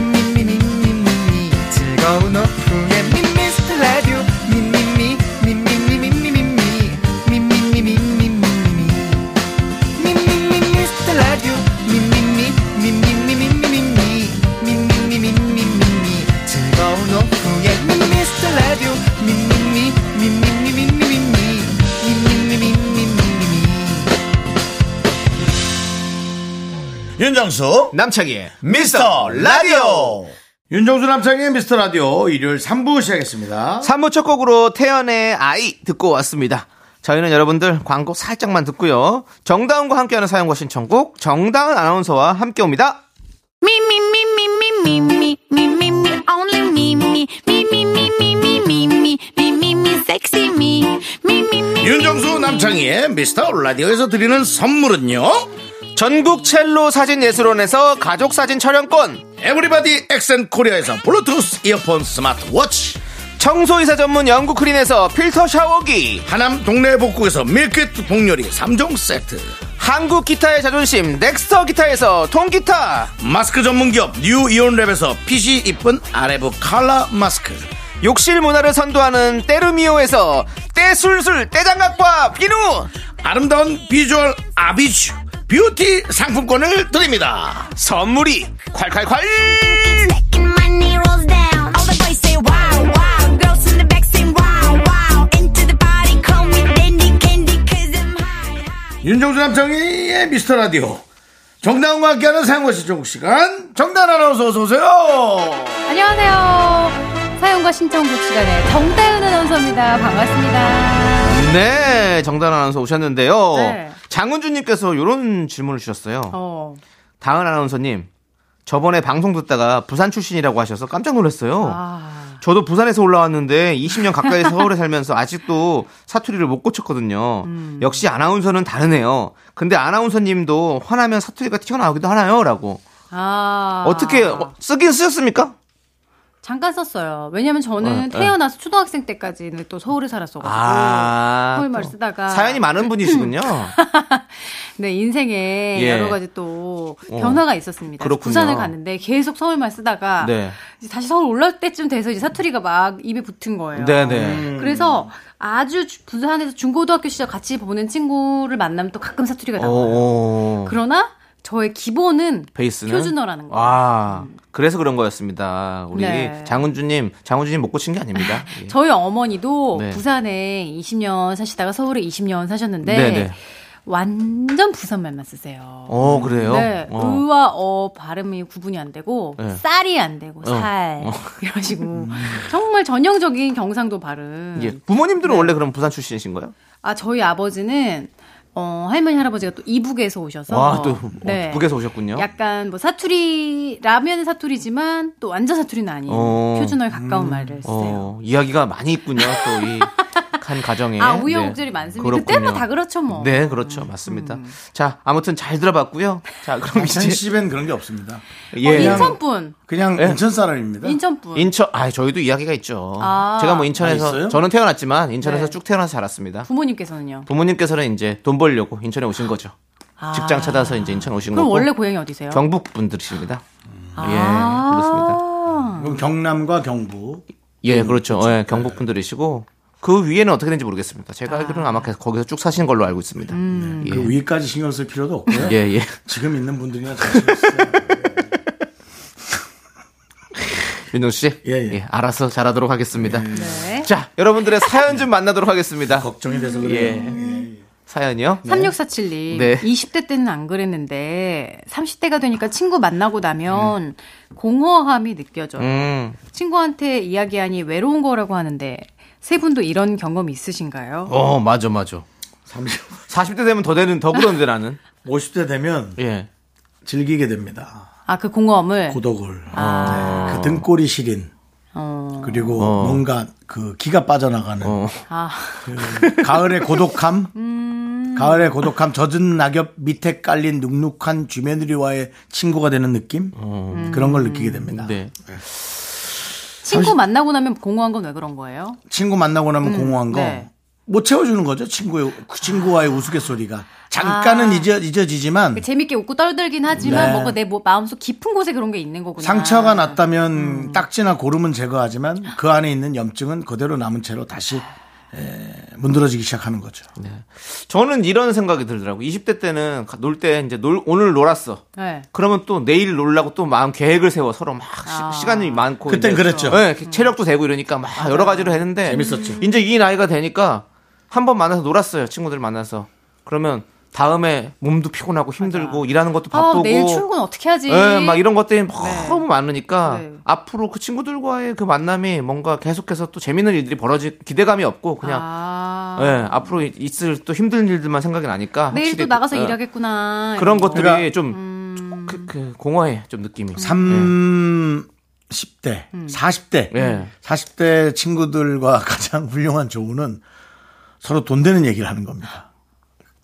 미미미 미미미 즐거운 오후에 미스터 라디오 미미미 미미미 미미미 미미미 미미미 미미미 미스터 라디오 미미미 미미미 미미미 미미미 미미미 즐거운 오후에 Mr. Radio 미미미 미미미 미미미 미미미 미미미 윤정수. 남창희의 미스터 라디오. 윤정수 남창의 미스터 라디오 일요일 3부 시작했습니다. 3부 첫 곡으로 태연의 아이 듣고 왔습니다. 저희는 여러분들 광고 살짝만 듣고요. 정다은과 함께하는 사연과 신청곡 정다은 아나운서와 함께 옵니다. Me, me, me, me, me, me, me, me, me, me, only me, me, me, me, me, me, me, me, me, me, me, me, sexy me, me, me, me. 윤정수 남창희의 미스터 라디오에서 드리는 선물은요. 전국 첼로 사진 예술원에서 가족 사진 촬영권. 에브리바디 엑센 코리아에서 블루투스 이어폰 스마트워치. 청소이사 전문 영국 크린에서 필터 샤워기. 하남 동네 복국에서 밀키트 복요리 3종 세트. 한국 기타의 자존심 넥스터 기타에서 통기타. 마스크 전문기업 뉴 이온랩에서 핏이 이쁜 아레브 칼라 마스크. 욕실 문화를 선도하는 때르미오에서 때술술 때장갑과 비누. 아름다운 비주얼 아비쥬 뷰티 상품권을 드립니다. 선물이 콸콸콸! Second money rolls down. All the boys say wow, wow. Girls in the back say wow, wow. Into the party, call me dandy candy, cause I'm high, high. 윤종수 남창희의 미스터 라디오. 정다운과 함께하는 사용과 시청 시간. 정다운 아나운서 어서오세요. 안녕하세요. 사연과 신청곡 시간에 정다은 아나운서입니다. 반갑습니다. 네, 정단 아나운서 오셨는데요. 네. 장은주님께서 이런 질문을 주셨어요. 어, 다은 아나운서님, 저번에 방송 듣다가 부산 출신이라고 하셔서 깜짝 놀랐어요. 아, 저도 부산에서 올라왔는데 20년 가까이 서울에 살면서 아직도 사투리를 못 고쳤거든요. 음. 역시 아나운서는 다르네요. 근데 아나운서님도 화나면 사투리가 튀어나오기도 하나요? 라고. 아. 어떻게 어, 쓰긴 쓰셨습니까? 잠깐 썼어요. 왜냐면 저는 어, 어. 태어나서 초등학생 때까지는 또 서울에 살았어가지고. 아, 서울 말 또 쓰다가. 사연이 많은 분이시군요. 네, 인생에 예. 여러 가지 또 어. 변화가 있었습니다. 그렇군요. 부산을 갔는데 계속 서울만 쓰다가 네. 이제 다시 서울 올라올 때쯤 돼서 이제 사투리가 막 입에 붙은 거예요. 네네. 음. 그래서 아주 주- 부산에서 중고등학교 시절 같이 보는 친구를 만나면 또 가끔 사투리가 나와요. 오. 그러나 저의 기본은 어, 베이스는 표준어라는 거. 아, 그래서 그런 거였습니다. 우리 네. 장훈주님, 장훈주님 못 고친 게 아닙니다. 예. 저희 어머니도 네. 부산에 20년 사시다가 서울에 20년 사셨는데 네네. 완전 부산 말만 쓰세요. 어, 그래요? 네, 어. 으와 어 발음이 구분이 안 되고 네. 쌀이 안 되고 살 어. 이러시고 정말 전형적인 경상도 발음. 예. 부모님들은 네. 원래 그럼 부산 출신이신 거예요? 아 저희 아버지는 어 할머니 할아버지가 또 이북에서 오셔서 네. 와, 또 어, 북에서 오셨군요. 약간 뭐 사투리 라면 사투리지만 또 완전 사투리는 아니에요. 어. 표준어에 가까운 말을 쓰세요. 어, 이야기가 많이 있군요. 또이한 가정에. 아 우여곡절이 많습니다. 그때 뭐 다 그렇죠 예? 뭐. 음. 네, 그렇죠. 맞습니다. 자, 아무튼 잘 들어봤고요. 자, 그럼 아, 인천 이제 씨엔 그런 게 없습니다. 예. 어, 인천분 그냥 인천 사람입니다. 인천분 인천, 아, 저희도 이야기가 있죠. 아. 제가 뭐 아, 있어요? 인천에서 저는 태어났지만 인천에서 네. 쭉 태어나서 자랐습니다. 부모님께서는요. 부모님께서는 이제 돈 벌려고 인천에 오신 거죠. 아. 직장 찾아서 이제 인천 오신 그럼 거고. 원래 고향이 어디세요? 경북 분들이십니다. 아. 음. 예, 그렇습니다. 그럼 경남과 경북. 예, 그렇죠. 예, 경북 분들이시고 그 위에는 어떻게 되는지 모르겠습니다. 제가 알기로는 아마 계속 거기서 쭉 사시는 걸로 알고 있습니다. 음. 그 위까지 신경 쓸 필요도 없고요. 예, 예. 지금 있는 분들이나 잘 신경 쓰세요. 윤정 씨, 예, 예. 알아서 잘하도록 하겠습니다. 네. 자, 여러분들의 사연 좀 만나도록 하겠습니다. 걱정이 돼서 예. 그래요. 사연이요? 3647님. 네. 20대 때는 안 그랬는데 30대가 되니까 친구 만나고 나면 공허함이 느껴져. 요 음, 친구한테 이야기하니 외로운 거라고 하는데 세 분도 이런 경험 있으신가요? 어, 맞아, 맞아. 30, 40대 되면 더 되는 더 그런데 나는. 50대 되면 예. 즐기게 됩니다. 아 그 공허함을 고독을. 아. 네, 그 등골이 시린. 어. 그리고 뭔가 그 기가 빠져나가는 어. 아, 가을의 고독함 음. 가을의 고독함 젖은 낙엽 밑에 깔린 눅눅한 쥐며느리와의 친구가 되는 느낌 그런 걸 느끼게 됩니다 어. 네. 친구 만나고 나면 공허한 건 왜 그런 거예요? 친구 만나고 나면 공허한 거 못 네. 채워주는 거죠 친구의 그 친구와의 우스갯소리가 잠깐은 잊어, 잊어지지만 그 재밌게 웃고 떨들긴 하지만 네. 뭔가 내 뭐- 마음속 깊은 곳에 그런 게 있는 거구나. 상처가 났다면 딱지나 고름은 제거하지만 그 안에 있는 염증은 그대로 남은 채로 다시 에, 문드러지기 시작하는 거죠 저는 이런 생각이 들더라고. 20대 때는 놀 때 이제 놀, 오늘 놀았어. 네. 그러면 또 내일 놀라고 또 마음 계획을 세워 서로 막 시, 아. 간이 많고 그땐 이제 그랬죠. 예, 체력도 되고 이러니까 막 여러 가지로 했는데 재밌었죠. 이제 이 나이가 되니까 한 번 만나서 놀았어요 친구들 만나서 그러면 다음에 몸도 피곤하고 힘들고 일하는 것도 아 바쁘고 내일 출근 어떻게 하지? 예, 막 이런 것들이 너무 많으니까 네. 앞으로 그 친구들과의 그 만남이 뭔가 계속해서 또 재밌는 일들이 벌어질 기대감이 없고 그냥 아. 예, 앞으로 있을 또 힘든 일들만 생각이 나니까 내일 또 확실히 나가서 음. 그- 예, 일하겠구나. 그런 이런 거. 것들이 그러니까- 좀 그, 그 공허해 좀 느낌이 30대, 40대, 예. 40대 친구들과 가장 훌륭한 조우는 서로 돈 되는 얘기를 하는 겁니다.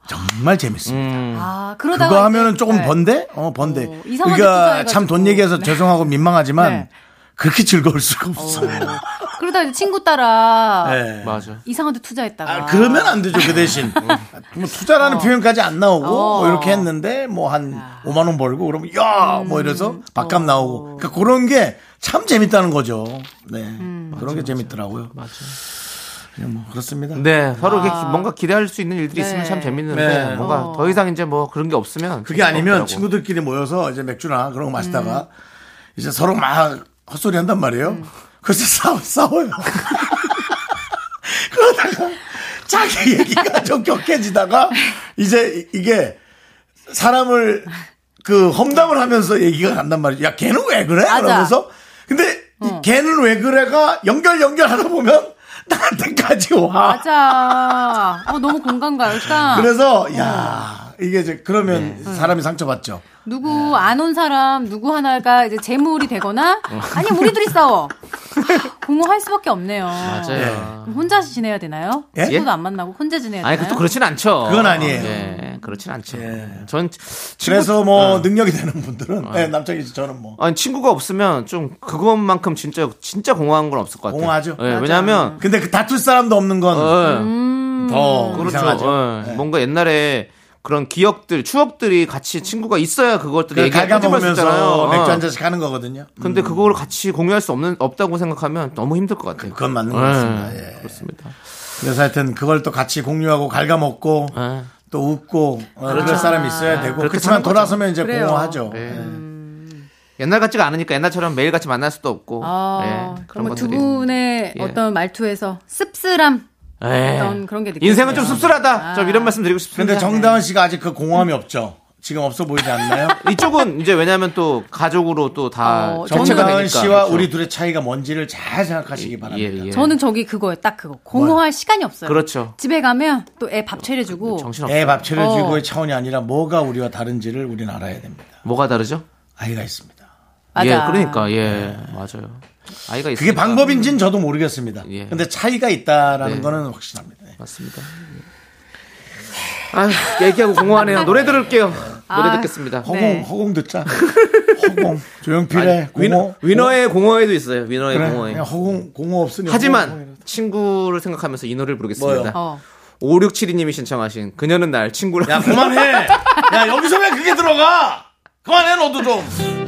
정말 재밌습니다. 아, 그러다가 그거 이제- 하면은 조금 네. 번데? 어, 번데. 어, 이상한 데 그러니까 투자해가지고. 참 돈 얘기해서 죄송하고 민망하지만 네. 그렇게 즐거울 수가 없어요. 그러다 이제 친구 따라 예. 맞아. 이상한 데 투자했다가. 아, 그러면 안 되죠, 그 대신. 뭐 투자라는 어. 표현까지 안 나오고, 뭐 이렇게 했는데, 뭐 한 5만원 벌고, 그러면, 야! 음. 뭐 이래서 어. 밥값 나오고. 그러니까 그런 게 참 재밌다는 거죠. 네. 음. 그런 게 재밌더라고요. 맞아요. 뭐, 그렇습니다. 네, 서로 이렇게 뭔가 기대할 수 있는 일들이 있으면 아. 네. 어. 참 재밌는데 네. 뭔가 더 이상 이제 뭐 그런 게 없으면 그게 아니면 재밌더라고. 친구들끼리 모여서 이제 맥주나 그런 거 마시다가, 음. 이제 서로 막 헛소리 한단 말이에요. 그래서 싸, 싸워요. 그러다가 자기 얘기가 좀 격해지다가 이제 이게 사람을 그 험담을 하면서 얘기가 간단 말이죠. 야, 걔는 왜 그래? 맞아. 어. 그러면서. 근데 이 걔는 왜 그래가 연결 연결하다 보면 나한테까지 와. 맞아. 어, 너무 그러니까 공감 가. 일단 그래서 야, 이게 이제 그러면 네. 사람이 상처받죠. 네. 누구 안 온 사람 누구 하나가 이제 재물이 되거나 어. 아니 우리 둘이 싸워. 아, 공허할 수밖에 없네요. 맞아요. 그럼 혼자 지내야 되나요? 예? 친구도 안 만나고 혼자 지내야 아니 되나요? 그또 그렇진 않죠. 그건 아니에요. 예, 그렇진 않죠. 예. 전 친구, 어. 그래서 뭐 능력이 되는 분들은 네, 남창희 씨 저는 뭐 아니 친구가 없으면 좀 그것만큼 진짜 진짜 공허한 건 없을 것 같아요. 공허하죠. 예, 왜냐하면 근데 그 다툴 사람도 없는 예, 건 더 그렇죠. 어, 이상하죠. 예, 뭔가 옛날에 그런 기억들, 추억들이 같이 친구가 있어야 그것들 그 얘기할 수 있잖아요. 갈가먹으면서 맥주 예. 한 잔씩 하는 거거든요. 근데 그걸 같이 공유할 수 없는 없다고 생각하면 너무 힘들 것 같아요. 그건 맞는 것 예, 같습니다. 예. 그렇습니다. 그래서 하여튼 그걸 또 같이 공유하고 갈가먹고 예. 또 웃고 어, 그럴 사람이 있어야 되고 그렇죠. 그렇게 그렇지만 사는 거죠. 돌아서면 이제 그래요. 공허하죠. 예. 예. 옛날 같지가 않으니까 옛날처럼 매일 같이 만날 수도 없고 아, 예, 그런 그러면 두 것들이 분의 예. 어떤 말투에서 씁쓸함 어떤 그런 게 느껴져요. 아. 인생은 좀 씁쓸하다. 좀 이런 말씀 드리고 싶습니다. 근데 정다은 씨가 아직 그 공허함이 없죠. 지금 없어 보이지 않나요? 이쪽은 이제 왜냐하면 또 가족으로 또 다 어, 정체가 되니까. 정다은 씨와 그렇죠. 우리 둘의 차이가 뭔지를 잘 생각하시기 바랍니다. 예, 예. 저는 저기 그거예요. 딱 그거. 공허할 시간이 없어요. 그렇죠. 어, 그 집에 가면 또 애 밥 차려주고 정신 없어. 애밥 차려주고의 어. 차원이 아니라 뭐가 우리와 다른지를 우리는 알아야 됩니다. 뭐가 다르죠? 아이가 있습니다. 맞아. 예, 그러니까 예, 맞아요. 아이가 있으니까. 네. 그게 방법인지는 저도 모르겠습니다. 예. 근데 차이가 있다라는 네. 거는 확실합니다. 네. 맞습니다. 아, 얘기하고 공허하네요. 노래 들을게요. 노래 아, 듣겠습니다. 허공, 네. 허공 듣자. 허공. 조용필의 위너, 공허. 위너의 공허에도 있어요. 위너의 그래. 네, 공허에. 그냥 허공, 공허 없으니. 하지만 친구를 생각하면서 이 노래를 뭐요? 부르겠습니다. 어. 5672님이 신청하신 그녀는 날 친구라. 야, 그만해. 야, 여기서 왜 그게 들어가? 그만해, 너도 좀.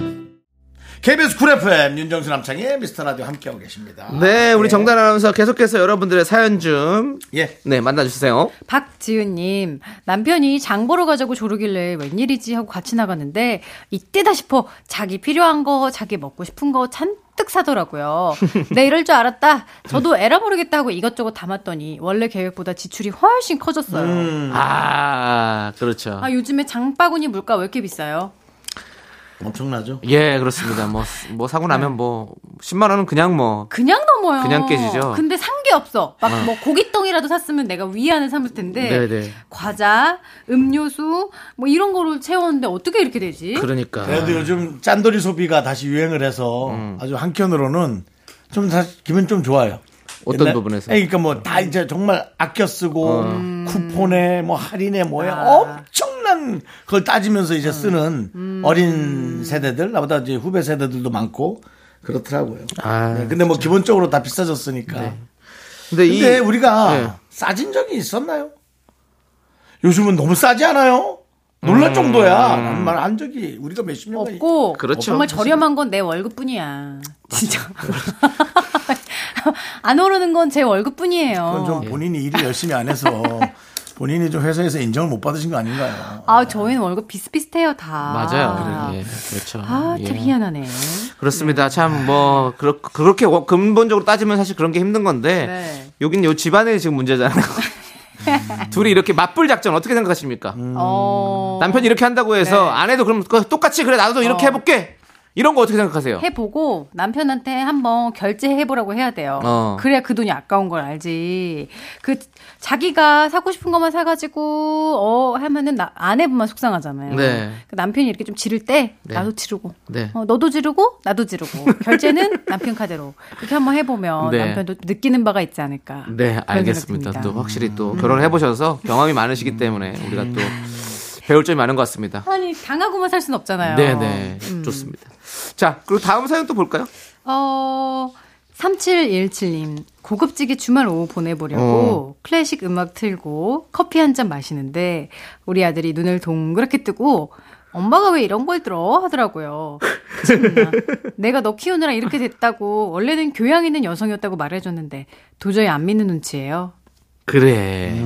KBS 쿨 FM 윤정수 남창의 미스터 라디오 함께하고 계십니다. 네, 우리 정단 아나운서 계속해서 여러분들의 사연 좀 예. 네, 만나 주세요. 박지은님 남편이 장 보러 가자고 조르길래 웬일이지 하고 같이 나갔는데 이때다 싶어 자기 필요한 거 자기 먹고 싶은 거 잔뜩 사더라고요. 네 이럴 줄 알았다. 저도 에라 모르겠다 하고 이것저것 담았더니 원래 계획보다 지출이 훨씬 커졌어요. 음. 음. 아, 그렇죠. 아 요즘에 장바구니 물가 왜 이렇게 비싸요? 엄청나죠? 예, 그렇습니다. 뭐, 뭐 사고 나면 뭐 10만 원은 그냥 뭐 그냥 넘어요. 그냥 깨지죠. 아. 근데 산 게 없어. 막 뭐 고깃덩이라도 샀으면 내가 위안을 삼을 텐데 네네. 과자, 음료수 뭐 이런 거로 채웠는데 어떻게 이렇게 되지? 그러니까. 그래도 요즘 짠돌이 소비가 다시 유행을 해서 음. 아주 한켠으로는 좀 사실 기분 좀 좋아요. 어떤 부분에서? 어. 아니, 그러니까 뭐 다 이제 정말 아껴 쓰고 쿠폰에 뭐 할인에 뭐에 엄청난 걸 따지면서 이제 쓰는 어린 세대들 나보다 이제 후배 세대들도 많고 그렇더라고요. 아, 네. 네, 근데 뭐 기본적으로 다 비싸졌으니까. 근데 이 근데 우리가 네. 싸진 적이 있었나요? 요즘은 너무 싸지 않아요? 놀랄 음. 정도야. 말한 적이 우리가 몇십 년 없고 그렇죠. 정말 저렴한 건 내 월급뿐이야. 진짜. 안 오르는 건 제 월급뿐이에요. 그건 좀 본인이 일을 열심히 안 해서 본인이 좀 회사에서 인정을 못 받으신 거 아닌가요? 아, 저희는 월급 비슷비슷해요, 다. 맞아요. 예, 그렇죠. 아, 예. 참 희한하네. 네. 그렇습니다. 참, 뭐, 그렇, 그렇게 워- 근본적으로 따지면 사실 그런 게 힘든 건데, 네. 여긴 요 집안에 지금 문제잖아요. 둘이 이렇게 맞불 작전 어떻게 생각하십니까? 음. 어, 남편이 이렇게 한다고 네. 해서 아내도 그럼 그거 똑같이 그래, 나도 이렇게 해볼게! 이런 거 어떻게 생각하세요? 해보고 남편한테 한번 결제해보라고 해야 돼요. 어. 그래야 그 돈이 아까운 걸 알지. 그 자기가 사고 싶은 것만 사가지고 어 하면은 나, 아내분만 속상하잖아요. 네. 그 남편이 이렇게 좀 지를 때 나도 지르고, 네. 어, 너도 지르고 나도 지르고 결제는 남편 카드로 이렇게 한번 해보면 네. 남편도 느끼는 바가 있지 않을까. 네, 그런 알겠습니다. 생각 또 듭니다. 음. 확실히 또 결혼을 해보셔서 경험이 많으시기 때문에 우리가 또 배울 점이 많은 것 같습니다. 아니 당하고만 살 수는 없잖아요. 음. 네네. 좋습니다. 자, 그리고 다음 사연 또 볼까요? 어, 3717님. 고급지게 주말 오후 보내보려고 클래식 음악 틀고 커피 한 잔 마시는데 우리 아들이 눈을 동그랗게 뜨고 엄마가 왜 이런 걸 들어? 하더라고요. 참나. 내가 너 키우느라 이렇게 됐다고 원래는 교양 있는 여성이었다고 말해줬는데 도저히 안 믿는 눈치예요. 그래.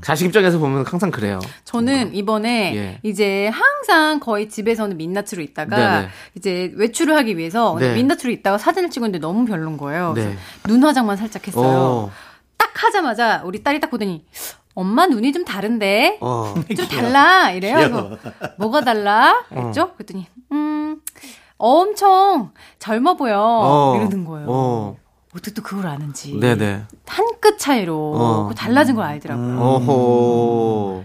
자식 입장에서 보면 항상 그래요. 저는 이번에 예. 이제 항상 거의 집에서는 민낯으로 있다가 네네. 이제 외출을 하기 위해서 네. 민낯으로 있다가 사진을 찍었는데 너무 별론 거예요. 네. 그래서 눈 화장만 살짝 했어요. 어. 딱 하자마자 우리 딸이 딱 보더니 엄마 눈이 좀 다른데 어. 좀 달라 이래요. 그래서 뭐가 달라? 그랬죠? 어. 그랬더니 음 엄청 젊어 보여 어. 이러는 거예요. 어. 어떻게 또 그걸 아는지 네네. 한 끗 차이로 어. 그 달라진 걸 알더라고요. 음. 어허.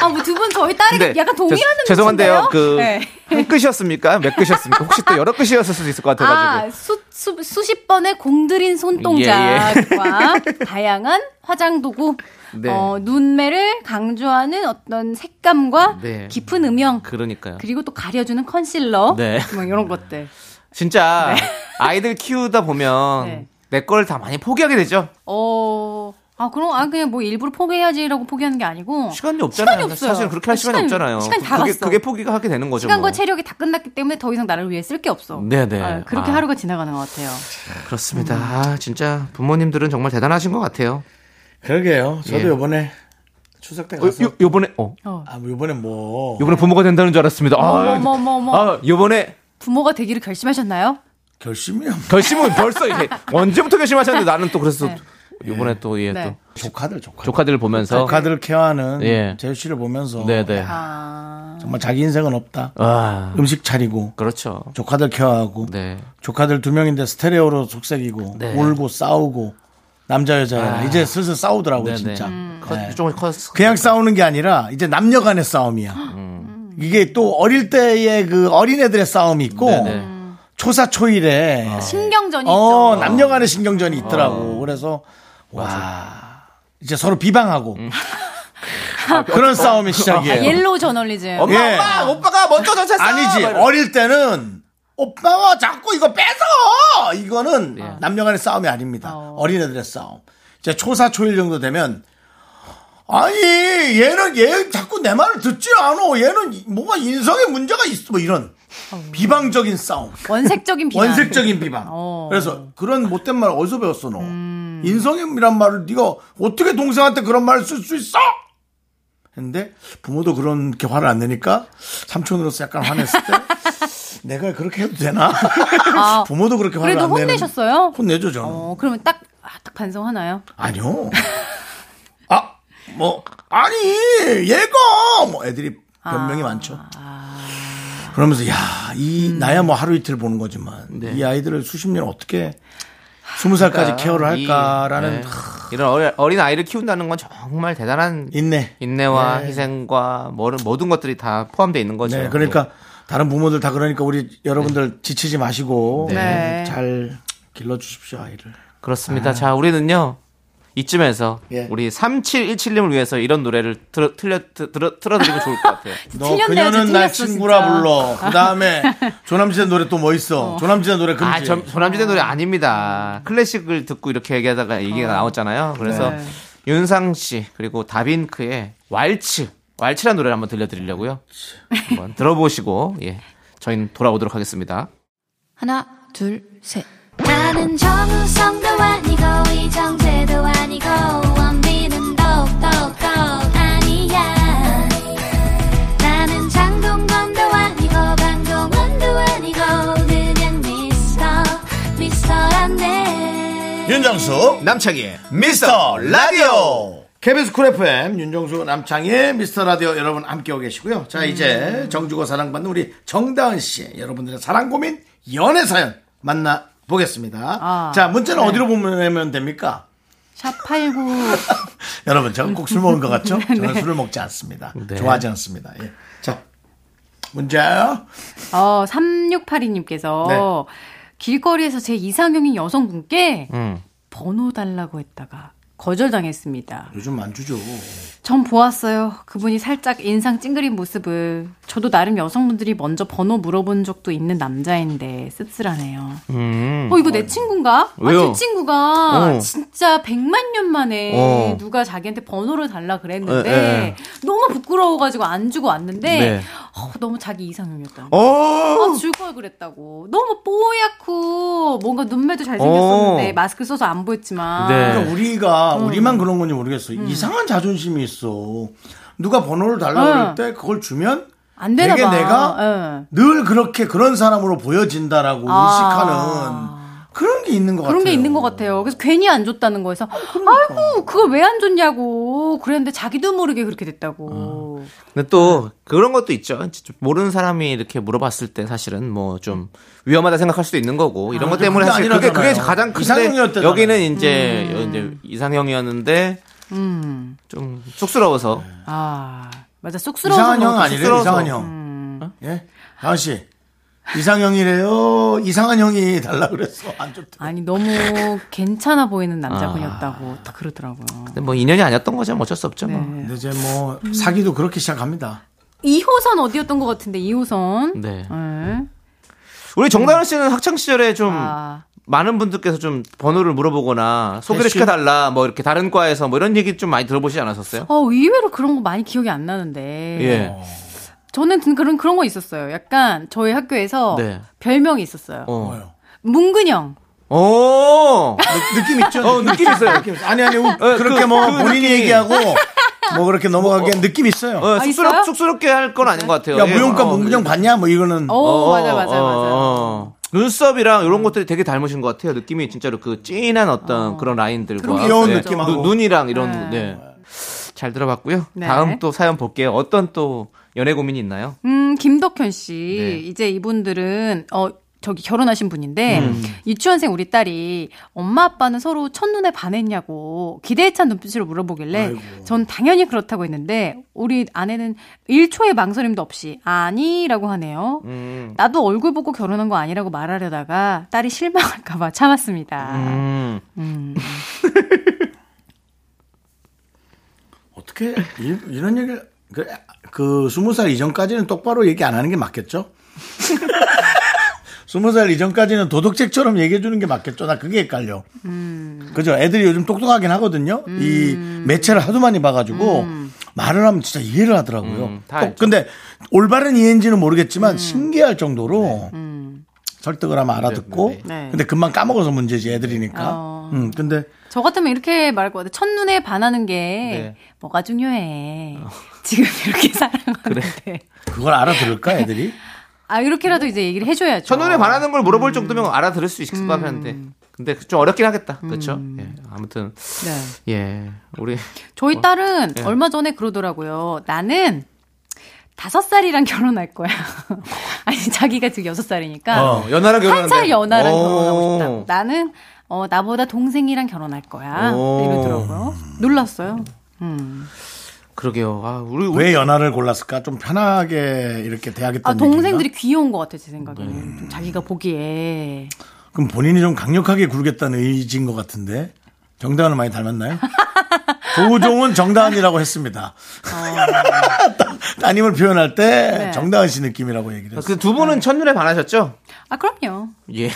아 뭐 두 분 저희 딸이 약간 동의하는 죄- 죄송한데요. 눈치인가요? 그, 네. 한 끝이었습니까? 몇 끝이었습니까? 혹시 또 여러 끝이었을 수도 있을 것 같아가지고. 아, 수, 수, 수십 번의 공들인 손동작과 다양한 화장 도구, 예, 네. 어, 눈매를 강조하는 어떤 색감과 네. 깊은 음영, 그러니까요. 그리고 또 가려주는 컨실러, 네. 뭐 이런 것들. 진짜, 아이들 키우다 보면, 네. 내 거를 다 많이 포기하게 되죠? 어, 아, 그럼, 아, 그냥 뭐 일부러 포기해야지라고 포기하는 게 아니고. 시간이 없잖아요. 시간이 없어요. 사실 그렇게 할 시간이, 시간이- 없잖아요. 시간이 다 그게, 갔어. 그게 포기가 하게 되는 거죠. 시간과 뭐. 체력이 다 끝났기 때문에 더 이상 나를 위해 쓸 게 없어. 네네. 아, 그렇게 아. 하루가 지나가는 것 같아요. 그렇습니다. 아, 진짜 부모님들은 정말 대단하신 것 어, 같아요. 그러게요. 저도 예. 요번에 추석 때 어, 가서 요, 요번에, 어, 아, 뭐 요번에 뭐 요번에 부모가 된다는 줄 알았습니다. 아, 어머머머머. 아, 요번에 부모가 되기를 결심하셨나요? 결심이야. 결심은 벌써 이게 언제부터 결심하셨는데 나는 또 그래서 네. 이번에 또 예 또 네. 그 조카들 조카. 조카들을 보면서 조카들을 케어하는 예. 제우 씨를 보면서 네네 아, 정말 자기 인생은 없다. 아 음식 차리고 그렇죠 조카들 케어하고 네 조카들 두 명인데 스테레오로 속색이고 네. 울고 싸우고 남자 여자 이제 슬슬 싸우더라고 요 네네. 진짜. 아. 네. 좀 컸어 그냥 싸우는 게 아니라 이제 남녀 간의 싸움이야. 음. 이게 또 어릴 때의 그 어린애들의 싸움이 있고 네네. 아. 초사초일에 신경전이 어, 있죠. 남녀 간의 신경전이 어. 있더라고. 그래서 와. 이제 서로 비방하고 음. 그런 싸움이 시작이에요. 아, 옐로우 저널리즘. 엄마 예. 엄마 오빠가 먼저 전차했어 아니지 어릴 때는 오빠가 자꾸 이거 뺏어 이거는 남녀간의 싸움이 아닙니다 예. 어. 린애들의 싸움 이제 초사초일 정도 되면 아니 얘는 얘 자꾸 내 말을 듣지 않아 얘는 뭔가 인성에 문제가 있어 뭐 이런 비방적인 싸움 원색적인 비난. 원색적인 비방 어. 그래서 그런 못된 말 어디서 배웠어 너 인성이란 말을 네가 어떻게 동생한테 그런 말을 쓸 수 있어 했는데 부모도 그렇게 화를 안 내니까 삼촌으로서 약간 화냈을 때 내가 그렇게 해도 되나? 아, 부모도 그렇게 화를 그래도 안 내는. 혼내셨어요? 혼내죠 저는. 어, 그러면 딱, 아, 딱 반성하나요? 아니요. 아, 뭐 아니 얘가 뭐 애들이 아. 변명이 많죠. 그러면서 야 이 음. 나야 뭐 하루 이틀 보는 거지만 네. 이 아이들을 수십 년 어떻게 스무 살까지 그러니까 케어를 네. 할까라는 네. 이런 어리- 어린 아이를 키운다는 건 정말 대단한 있네. 인내와 희생과 뭐든 모든 것들이 다 포함되어 있는 거죠 그렇죠. 네, 그러니까 뭐. 다른 부모들 다 그러니까 우리 여러분들 지치지 마시고 네. 잘 길러 주십시오 아이를. 그렇습니다. 자, 우리는요. 이쯤에서 예. 우리 3717님을 위해서 이런 노래를 틀어, 틀려, 틀- 틀어, 틀어드리면 좋을 것 같아요. 너 틀렸네, 그녀는 아주 날 틀렸어, 친구라 진짜. 불러. 그 다음에 조남지대 노래 또 뭐 있어? 조남지대 노래 금지. 아, 전, 조남지대 노래 아닙니다. 클래식을 듣고 이렇게 얘기하다가 얘기가 나왔잖아요. 그래서 네. 윤상 씨, 그리고 다빈크의 왈츠, 왈츠라는 노래를 한번 들려드리려고요. 한번 들어보시고, 예. 저희는 돌아오도록 하겠습니다. 하나, 둘, 셋. 나는 정우성도 아니고 이정재도 아니고 원빈은 더욱더 아니야 나는 장동건도 아니고 강동원도 아니고 그냥 미스터 미스터란데 윤정수 남창희의 미스터 라디오 KBS 쿨 FM 윤정수 남창희의 미스터 라디오 여러분 함께하고 계시고요 자 이제 정주고 사랑받는 우리 정다은 씨 여러분들의 사랑 고민 연애 사연 만나보겠습니다 아, 자 문자는 어디로 보내면 됩니까? 샵89. 여러분 저는 꼭 술 먹은 것 같죠? 저는 술을 먹지 않습니다 좋아하지 않습니다 예. 자 문자요 어, 3682님께서 네. 길거리에서 제 이상형인 여성분께 음. 번호 달라고 했다가 거절당했습니다. 요즘 안 주죠 전 보았어요. 그분이 살짝 인상 찡그린 모습을. 저도 나름 여성분들이 먼저 번호 물어본 적도 있는 남자인데 씁쓸하네요. 어, 이거 내 친구인가? 음. 왜요? 아, 제 친구가 어. 진짜 백만 년 만에 어. 누가 자기한테 번호를 달라 그랬는데 에, 에. 너무 부끄러워가지고 안 주고 왔는데 네. 어. 어, 너무 자기 이상형이었다고. 오! 아, 줄 걸 그랬다고. 너무 뽀얗고, 뭔가 눈매도 잘생겼었는데, 어. 마스크 써서 안 보였지만. 네. 그러니까 우리가 음. 우리만 그런 건지 모르겠어. 이상한 자존심이 있어. 누가 번호를 달라고 그럴 응. 때 그걸 주면 안 되나 되게 봐. 내가 예. 늘 그렇게 그런 사람으로 보여진다라고 의식하는 그런 게 있는 것 같아요. 아. 그런 게 있는 것 같아요. 그래서 괜히 안 줬다는 거에서, 아이고, 그걸 왜 안 줬냐고. 그랬는데, 자기도 모르게 그렇게 됐다고. 근데 또 그런 것도 있죠. 진짜 모르는 사람이 이렇게 물어봤을 때 사실은 뭐 좀 위험하다 생각할 수도 있는 거고 이런 것 때문에 아, 그게 사실 그게 그게 아니라잖아요. 가장 큰데 이상형이었대잖아요. 여기는 이제 이제 이상형이었는데 좀 쑥스러워서 네. 아, 맞아. 쑥스러워서. 음. 이상한 형 그런 아니래요. 쑥스러워서. 이상한 형. 예, 다은 씨. 이상형이래요. 이상한 형이 달라 그랬어. 안 좋대. 거. 아니, 너무 괜찮아 보이는 남자분이었다고. 딱 그러더라고요. 네. 근데 뭐 인연이 아니었던 거죠. 뭐 어쩔 수 없죠. 뭐. 근데 이제 뭐 사기도 그렇게 시작합니다. 2호선 어디였던 것 같은데, 2호선. 네. 예. 우리 정다은 씨는 학창 시절에 좀 아. 많은 분들께서 좀 번호를 물어보거나 소개를 대신? 시켜달라 뭐 이렇게 다른 과에서 뭐 이런 얘기 좀 많이 들어보시지 않았었어요? 어, 의외로 그런 거 많이 기억이 안 나는데. 네. 예. 저는 든- 그런 그런 거 있었어요. 약간 저희 학교에서 네. 별명이 있었어요. 어. 뭐요? 문근영. 어. 오. 느낌 있죠? 어, 느낌 있어요. 느낌 있어요. 아니, 아니, 우- 그렇게 그- 뭐 그 본인이 느낌이. 얘기하고 뭐 그렇게 넘어가기엔 느낌 있어요. 어, 아, 있어요? 쑥스럽, 게 할 건 아닌 것 같아요. 야, 그 예. 무용과 어, 문근영 봤냐? 뭐 이거는. 오, 맞아, 맞아, 맞아. 어, 눈썹이랑 이런 것들이 되게 닮으신 것 같아요. 느낌이 진짜로 그 진한 어떤 그런 라인들과 네. 귀여운 느낌하고. 눈- 눈이랑 이런 네. 네. 잘 들어봤고요. 네. 다음 또 사연 볼게요. 어떤 또 연애 고민이 있나요? 음, 김덕현 씨. 네. 이제 이분들은, 어, 저기 결혼하신 분인데, 음. 유치원생 우리 딸이 엄마 아빠는 서로 첫눈에 반했냐고 기대에 찬 눈빛으로 물어보길래, 전 당연히 그렇다고 했는데, 우리 아내는 1초의 망설임도 없이, 아니라고 하네요. 음. 나도 얼굴 보고 결혼한 거 아니라고 말하려다가 딸이 실망할까봐 참았습니다. 음. 음. 어떻게 이, 이런 얘기를 그, 그 20살 이전까지는 똑바로 얘기 안 하는 게 맞겠죠? 20살 이전까지는 도덕책처럼 얘기해 주는 게 맞겠죠? 나 그게 헷갈려. 음. 그죠? 애들이 요즘 똑똑하긴 하거든요. 이 매체를 하도 많이 봐가지고 음. 말을 하면 진짜 이해를 하더라고요. 다 또 알죠. 근데 올바른 이해인지는 음. 모르겠지만 신기할 정도로 설득을 하면 알아듣고 네. 근데 금방 까먹어서 문제지 애들이니까. 어. 음, 근데 저 같으면 이렇게 말할 것 같아. 첫눈에 반하는 게 네. 뭐가 중요해. 지금 이렇게 사랑하는데. 그걸 알아들을까 애들이? 아, 이렇게라도 이제 얘기를 해줘야죠. 첫눈에 반하는 걸 물어볼 음. 정도면 알아들을 수 있을 것 같은데. 근데 좀 어렵긴 하겠다. 그렇죠? 예. 아무튼 네. 예. 우리 저희 어? 딸은 예. 얼마 전에 그러더라고요. 나는 다섯 살이랑 결혼할 거야. 아니, 자기가 지금 여섯 살이니까. 어, 연하랑 결혼하는데. 한 살 연하랑 오. 결혼하고 싶다고. 나는, 어, 나보다 동생이랑 결혼할 거야. 네, 오. 이러더라고요. 놀랐어요. 음. 그러게요. 아, 우리 우리 왜 연하를 골랐을까? 좀 편하게 이렇게 대하겠다는 아, 얘기인가? 동생들이 귀여운 것 같아, 제 네. 생각에는. 좀 자기가 보기에. 그럼 본인이 좀 강력하게 굴겠다는 의지인 것 같은데 정다은을 많이 닮았나요? 조우종은 정다은이라고 했습니다. 따님을 표현할 때 어. 네. 정다은 씨 느낌이라고 얘기를 했어요. 그 두 분은 첫눈에 반하셨죠? 아, 그럼요. 예.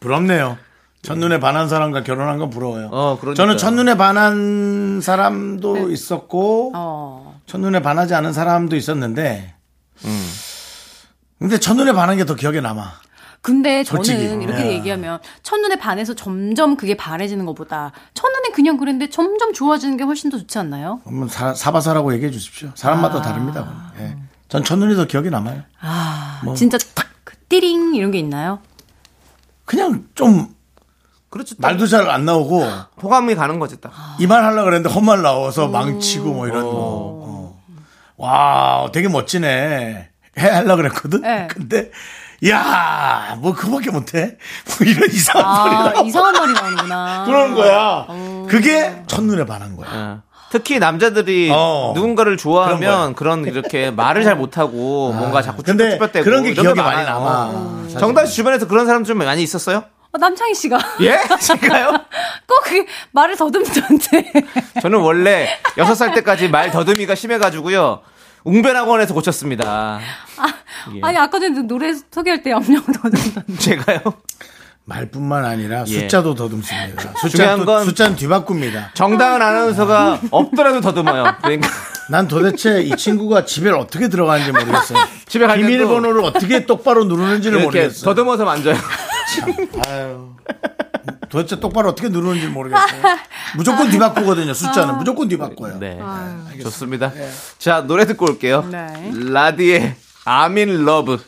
부럽네요. 첫눈에 반한 사람과 결혼한 건 부러워요. 어, 그러니까요. 저는 첫눈에 반한 사람도 있었고 네. 어. 첫눈에 반하지 않은 사람도 있었는데 음. 근데 첫눈에 반한 게 더 기억에 남아. 근데 솔직히. 저는 이렇게 네. 얘기하면 첫눈에 반해서 점점 그게 바래지는 것보다 첫눈에 그냥 그랬는데 점점 좋아지는 게 훨씬 더 좋지 않나요? 한번 사, 사바사라고 얘기해 주십시오. 사람마다 다릅니다. 그건. 예. 전 첫눈이 더 기억에 남아요. 아, 뭐. 진짜 탁 띠링 이런 게 있나요? 그냥 좀 그렇죠. 말도 잘 안 나오고 호감이 가는 거지 딱. 이 말 하려고 그랬는데 헛말 나와서 망치고 뭐 이런 거. 어. 와, 되게 멋지네. 해 하려고 그랬거든. 네. 근데 야, 뭐 그밖에 못 해. 뭐 이런 이상한 소리 아, 나와. 이상한 말이 나오는구나. 그런 거야. 그게 첫눈에 반한 거야. 예. 특히 남자들이 어. 그런 누군가를 아. 좋아하면 그런, 이렇게 말을 잘 못하고 뭔가 자꾸 근데 쭈뼛쭈뼛대고 그런 게 이런 기억에 많이 많아요. 어. 남아. 사실. 정다은 씨 주변에서 그런 사람 좀 많이 있었어요? 어, 남창희 씨가 예? 제가요? 꼭 그게 말을 더듬던데. 저는 원래 여섯 살 때까지 말 더듬이가 심해가지고요. 웅변학원에서 고쳤습니다. 아니 아까 전에 노래 소개할 때 엄령 더듬던데. 제가요? 말뿐만 아니라 예. 아, 숫자도 더듬습니다. 중요한 숫자도 건- 숫자는 뒤바꿉니다. 정다은 아나운서가 없더라도 더듬어요. 그러니까 난 도대체 이 친구가 집에 어떻게 들어가는지 모르겠어요. 집에 가면 비밀번호를 어떻게 똑바로 누르는지를 이렇게 모르겠어요. 더듬어서 만져요. 도대체 똑바로 어떻게 누르는지 모르겠어요. 무조건 뒤바꾸거든요. 숫자는 무조건 뒤바꿔요. 네. 좋습니다. 네. 자, 노래 듣고 올게요. 네. 라디의 아민 러브.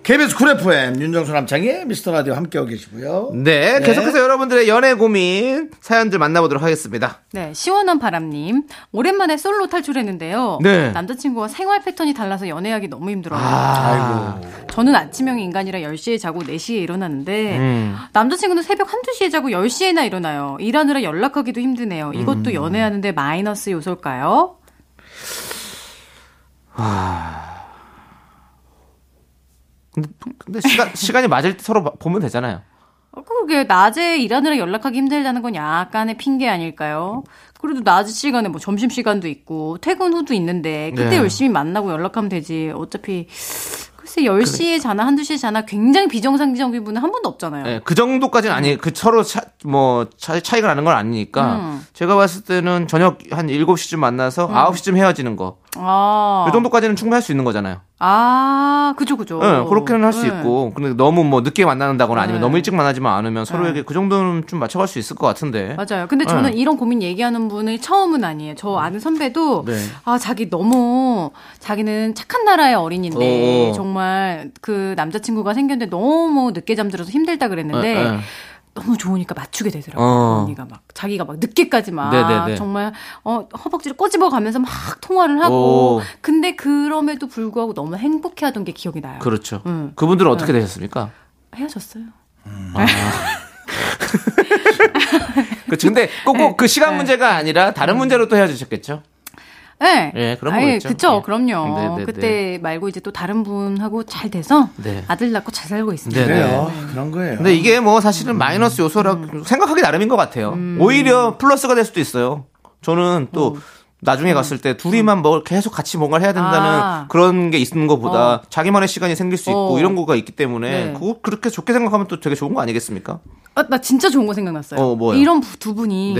KBS 쿨 FM 윤정수 남창희 미스터 라디오 함께하고 계시고요. 네, 계속해서 여러분들의 연애 고민 사연들 만나보도록 하겠습니다. 네, 시원한 바람님. 오랜만에 솔로 탈출했는데요. 네. 남자친구와 생활 패턴이 달라서 연애하기 너무 힘들어요. 아, 저는 아침형 인간이라 10시에 자고 4시에 일어나는데 음. 남자친구는 새벽 1, 2시에 자고 10시에나 일어나요. 일하느라 연락하기도 힘드네요. 음. 이것도 연애하는데 마이너스 요소일까요? 근데 시간 시간이 맞을 때 서로 봐- 보면 되잖아요. 어, 그게 낮에 일하느라 연락하기 힘들다는 건 약간의 핑계 아닐까요? 그래도 낮 시간에 뭐 점심 시간도 있고 퇴근 후도 있는데 그때 네. 열심히 만나고 연락하면 되지. 어차피 글쎄 10시에 자나 1, 2시에 자나 굉장히 비정상적인 분은 한 번도 없잖아요. 예, 그 정도까지는 아니, 그 서로 차, 뭐 차, 음. 차이가 나는 건 아니니까 제가 봤을 때는 저녁 한 7시쯤 만나서 9시쯤 헤어지는 거. 아. 이그 정도까지는 충분히 할 수 있는 거잖아요. 아, 그죠, 그죠. 예, 그렇게는 할 수 네. 있고. 근데 너무 뭐 늦게 만나는다거나 아니면 네. 너무 일찍 만나지만 않으면 서로에게 그 정도는 좀 맞춰갈 수 있을 것 같은데. 맞아요. 근데 네. 저는 이런 고민 얘기하는 분이 처음은 아니에요. 저 아는 선배도 네. 아 자기 너무 자기는 착한 나라의 어린인데 오. 정말 그 남자친구가 생겼는데 너무 늦게 잠들어서 힘들다 그랬는데 예, 예. 너무 좋으니까 맞추게 되더라고요. 어. 언니가 막 자기가 막 늦게까지 막 네네네. 정말 어 허벅지를 꼬집어 가면서 막 통화를 하고 오. 근데 그럼에도 불구하고 너무 행복해하던 게 기억이 나요. 그렇죠. 음. 그분들은 어떻게 되셨습니까? 헤어졌어요. 그 근데 꼭꼭 그 시간 문제가 아니라 다른 음. 문제로 또 헤어지셨겠죠? 네. 예, 그런 거겠죠. 그쵸, 예. 그럼요. 네, 네, 네. 그때 말고 이제 또 다른 분하고 잘 돼서 네. 아들 낳고 잘 살고 있습니다. 네, 네. 그래요. 그런 거예요. 근데 이게 뭐 음. 사실은 마이너스 요소라고 생각하기 나름인 것 같아요. 오히려 플러스가 될 수도 있어요. 저는 어. 또 나중에 갔을 때 둘이만 뭐 계속 같이 뭔가를 해야 된다는 음. 아. 그런 게 있는 것보다 자기만의 시간이 생길 수 있고 어. 이런 거가 있기 때문에 네. 그거 그렇게 좋게 생각하면 또 되게 좋은 거 아니겠습니까? 아, 나 진짜 좋은 거 생각났어요. 어, 뭐요? 이런 부- 두 분이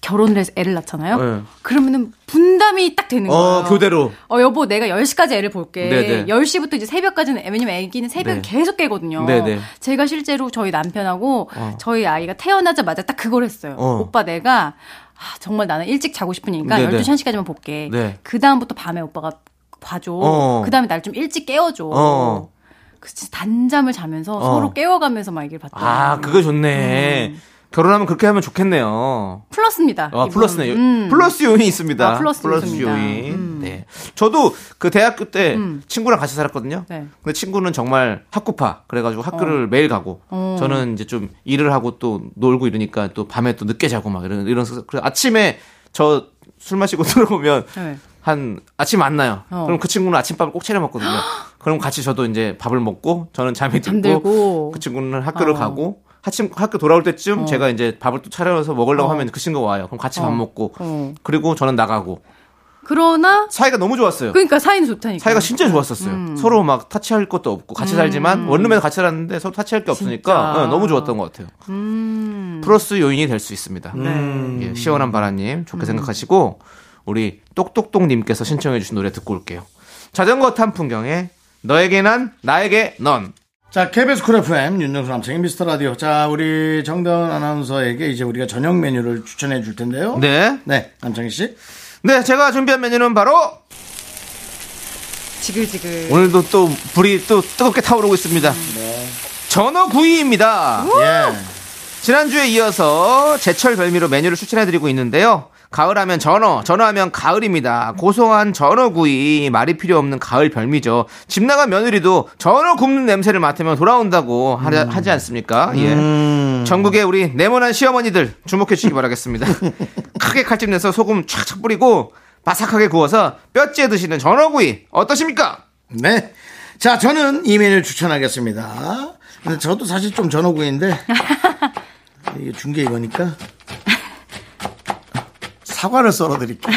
결혼을 해서 애를 낳잖아요. 네. 그러면은 분담이 딱 되는 어, 거예요. 교대로. 어, 여보, 내가 10시까지 애를 볼게. 네, 네. 10시부터 이제 새벽까지는, 왜냐면 애기는 새벽 네. 에 계속 깨거든요. 네, 네. 제가 실제로 저희 남편하고 저희 아이가 태어나자마자 딱 그걸 했어요. 어. 오빠 내가, 아, 정말 나는 일찍 자고 싶으니까 네, 네. 12시 1시까지만 볼게. 네. 그다음부터 밤에 오빠가 봐줘. 어. 그다음에 날 좀 일찍 깨워줘. 어. 그 진짜 단잠을 자면서 어. 서로 깨워가면서 막 얘기를 음. 봤더니 아, 그거 좋네. 결혼하면 그렇게 하면 좋겠네요. 플러스입니다. 아, 음. 이분은. 플러스네. 음. 플러스 요인이 있습니다. 아, 플러스 요소입니다. 요인. 음. 네. 저도 그 대학교 때 친구랑 같이 살았거든요. 네. 근데 친구는 정말 학구파. 그래가지고 학교를 매일 가고, 어. 저는 이제 좀 일을 하고 또 놀고 이러니까 또 밤에 또 늦게 자고 막 이런, 이런. 그래서 아침에 저 술 마시고 들어오면 네. 한 아침 만나요. 어. 그럼 그 친구는 아침밥을 꼭 차려 먹거든요. 그럼 같이 저도 이제 밥을 먹고 저는 잠이 잠들고. 들고 그 친구는 학교를 어. 가고 아침 학교 돌아올 때쯤 제가 이제 밥을 또 차려서 먹으려고 어. 하면 그 친구가 와요. 그럼 같이 어. 밥 먹고 어. 그리고 저는 나가고 그러니까 사이가 너무 좋았어요. 그러니까 사이는 좋다니까. 음. 사이가 진짜 좋았었어요. 서로 막 타치할 것도 없고 같이 살지만 원룸에서 같이 살았는데 서로 타치할 게 없으니까 진짜. 음. 네, 너무 좋았던 것 같아요. 플러스 요인이 될 수 있습니다. 네. 예, 시원한 바라님 음. 좋게 생각하시고 우리 똑똑똑님께서 신청해주신 노래 듣고 올게요. 자전거 탄 풍경에 너에게 난 나에게 넌. 자, KBS 쿨 FM, 윤정수 남창의 미스터 라디오. 자, 우리 정다운 아나운서에게 이제 우리가 저녁 메뉴를 추천해 줄 텐데요. 네, 네, 남창희 씨. 네 제가 준비한 메뉴는 바로 지글지글. 오늘도 또 불이 또 뜨겁게 타오르고 있습니다. 음. 전어구이입니다. 예. 지난주에 이어서 제철 별미로 메뉴를 추천해드리고 있는데요. 가을하면 전어, 전어하면 가을입니다. 고소한 전어구이, 말이 필요 없는 가을 별미죠. 집 나간 며느리도 전어 굽는 냄새를 맡으면 돌아온다고 하, 음. 하지 않습니까? 예. 전국의 우리 네모난 시어머니들 주목해 주시기 바라겠습니다. 크게 칼집 내서 소금 촥촥 뿌리고 바삭하게 구워서 뼈째 드시는 전어구이 어떠십니까? 네. 자, 저는 이 메뉴를 추천하겠습니다. 근데 저도 사실 좀 전어구인데, 이게 중계 이거니까. 사과를 썰어 드릴게요.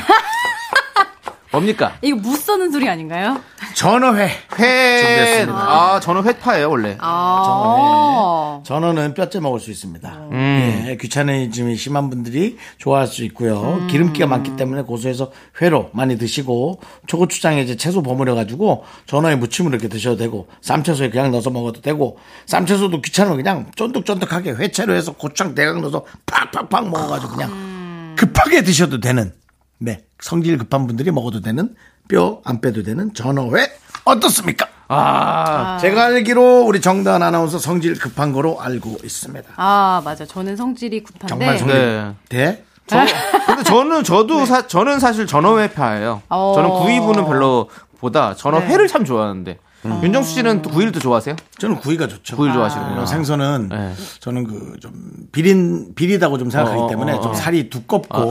뭡니까? 이거 무 써는 소리 아닌가요? 전어회. 회. 준비했습니다. 아, 전어 회파예요, 원래. 아. 전어는 뼈째 먹을 수 있습니다. 예, 귀차니즘이 심한 분들이 좋아할 수 있고요. 기름기가 많기 때문에 고소해서 회로 많이 드시고 초고추장에 이제 채소 버무려 가지고 전어에 무침으로 이렇게 드셔도 되고 쌈채소에 그냥 넣어서 먹어도 되고 쌈채소도 귀찮으면 그냥 쫀득쫀득하게 회채로 해서 고추장 대강 넣어서 팍팍팍 먹어가지고 그냥 급하게 드셔도 되는 네 성질 급한 분들이 먹어도 되는 뼈 안 빼도 되는 전어회 어떻습니까? 아, 제가 알기로 우리 정다은 아나운서 성질 급한 거로 알고 있습니다. 아, 맞아. 저는 성질이 급한데. 정말 성질 네. 대? 저, 근데 저는 저도 사, 저는 사실 전어회파예요. 네. 어. 네. 저는 구이부는 별로 보다 전어회를 참 좋아하는데. 음. 윤정수 씨는 또 구이를 또 좋아하세요? 저는 구이가 좋죠. 구이를 좋아하시는구나. 왜냐면 생선은 네. 저는 그 좀 비린 비리다고 좀 생각하기 어, 어, 때문에 어, 좀 어. 살이 두껍고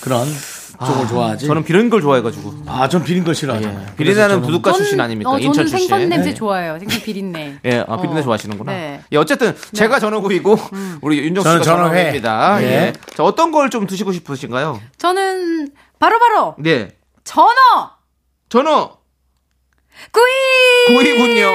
그런 쪽을 좋아하지. 저는 비린 걸 좋아해가지고. 아, 전 비린 걸 싫어하잖아요. 비린내는 그래서 저는- 부둣가 출신 아닙니까? 어, 저는 인천 출신. 네. 생선 냄새 좋아해요. 생선 비린내. 예, 아, 비린내 어. 좋아하시는구나. 네. 음. 예, 어쨌든 제가 전어구이고 우리 윤정수 저는 씨가 전어회. 전어회입니다. 예. 예. 자, 어떤 걸 좀 드시고 싶으신가요? 저는 바로바로 네. 전어 전어 구이. 네. 구이군요.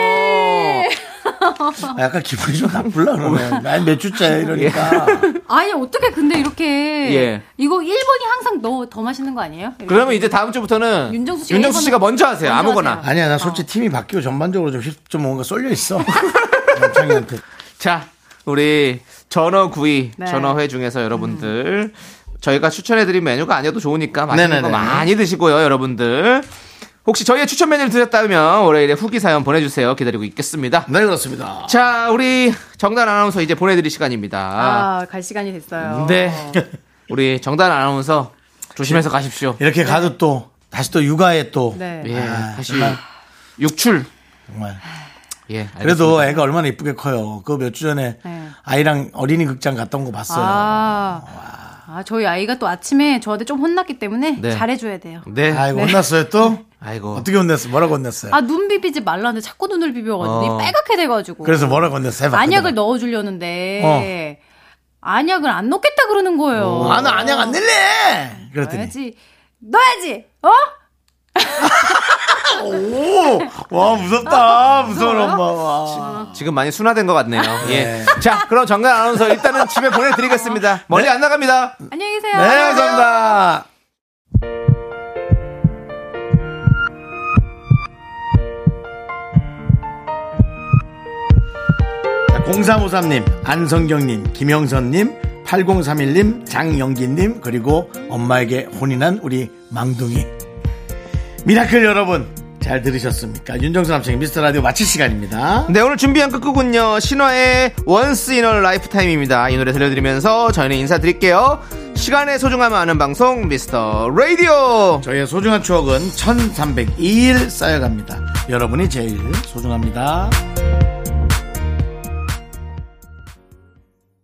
아, 약간 기분이 좀 나쁠라 어. 그러네. 아니, 몇 주째 이러니까. 아니 어떻게 근데 이렇게 예. 이거 1번이 항상 너 더 맛있는 거 아니에요? 그러면 이제 다음 주부터는 윤정수 윤정수 씨가 씨가, 이거는- 먼저 하세요. 먼저 아무거나. 하세요. 아니야, 나 어. 솔직히 팀이 바뀌고 전반적으로 좀, 휩- 좀 뭔가 쏠려 있어. 남창이한테. 자, 우리 전어 구이 네. 음. 전어회 중에서 여러분들 저희가 추천해드린 메뉴가 아니어도 좋으니까 맛있는 거 네네네. 많이 드시고요, 여러분들. 혹시 저희의 추천 메뉴를 드셨다면 월요일에 후기 사연 보내주세요. 기다리고 있겠습니다. 네, 그렇습니다. 자, 우리 정단 아나운서 이제 보내드릴 시간입니다. 아 갈 시간이 됐어요. 네. 우리 정단 아나운서 조심해서 가십시오. 이렇게 가도 또, 다시 또 육아에 또. 네. 네. 예, 다시 정말. 육출. 정말. 예, 그래도 애가 얼마나 이쁘게 커요. 그 몇 주 전에 네. 아이랑 어린이 극장 갔던 거 봤어요. 아, 아, 저희 아이가 또 아침에 저한테 좀 혼났기 때문에 네. 잘해줘야 돼요. 네. 아이고, 혼났어요 또? 아이고. 어떻게 혼냈어? 뭐라고 혼냈어요? 아, 눈 비비지 말라는데 자꾸 눈을 비벼가지고 어. 이 빨갛게 돼가지고. 그래서 뭐라고 혼냈어요? 해봐, 안약을 아, 그대로. 넣어주려는데 안약을 안 넣겠다 그러는 거예요. 아, 나 안약 안 낼래! 그랬더니. 넣어야지. 넣어야지. 어? 오! 와, 무섭다. 무서워, 무서워요? 엄마. 와. 지금 많이 순화된 것 같네요. 아, 예. 자, 그럼 정단 아나운서 일단은 집에 보내드리겠습니다. 멀리 안 나갑니다. 안녕히 계세요. 네, 감사합니다. 자, 0353님, 안성경님, 김영선님, 8031님, 장영기님, 그리고 엄마에게 혼인한 우리 망둥이. 미라클 여러분, 잘 들으셨습니까? 윤정수 남창의 미스터 라디오 마칠 시간입니다. 네, 오늘 준비한 끝곡은요. 신화의 원스 이너 라이프타임입니다. 이 노래 들려드리면서 저희는 인사드릴게요. 시간의 소중함을 아는 방송 미스터 라디오. 저희의 소중한 추억은 1302일 쌓여갑니다. 여러분이 제일 소중합니다.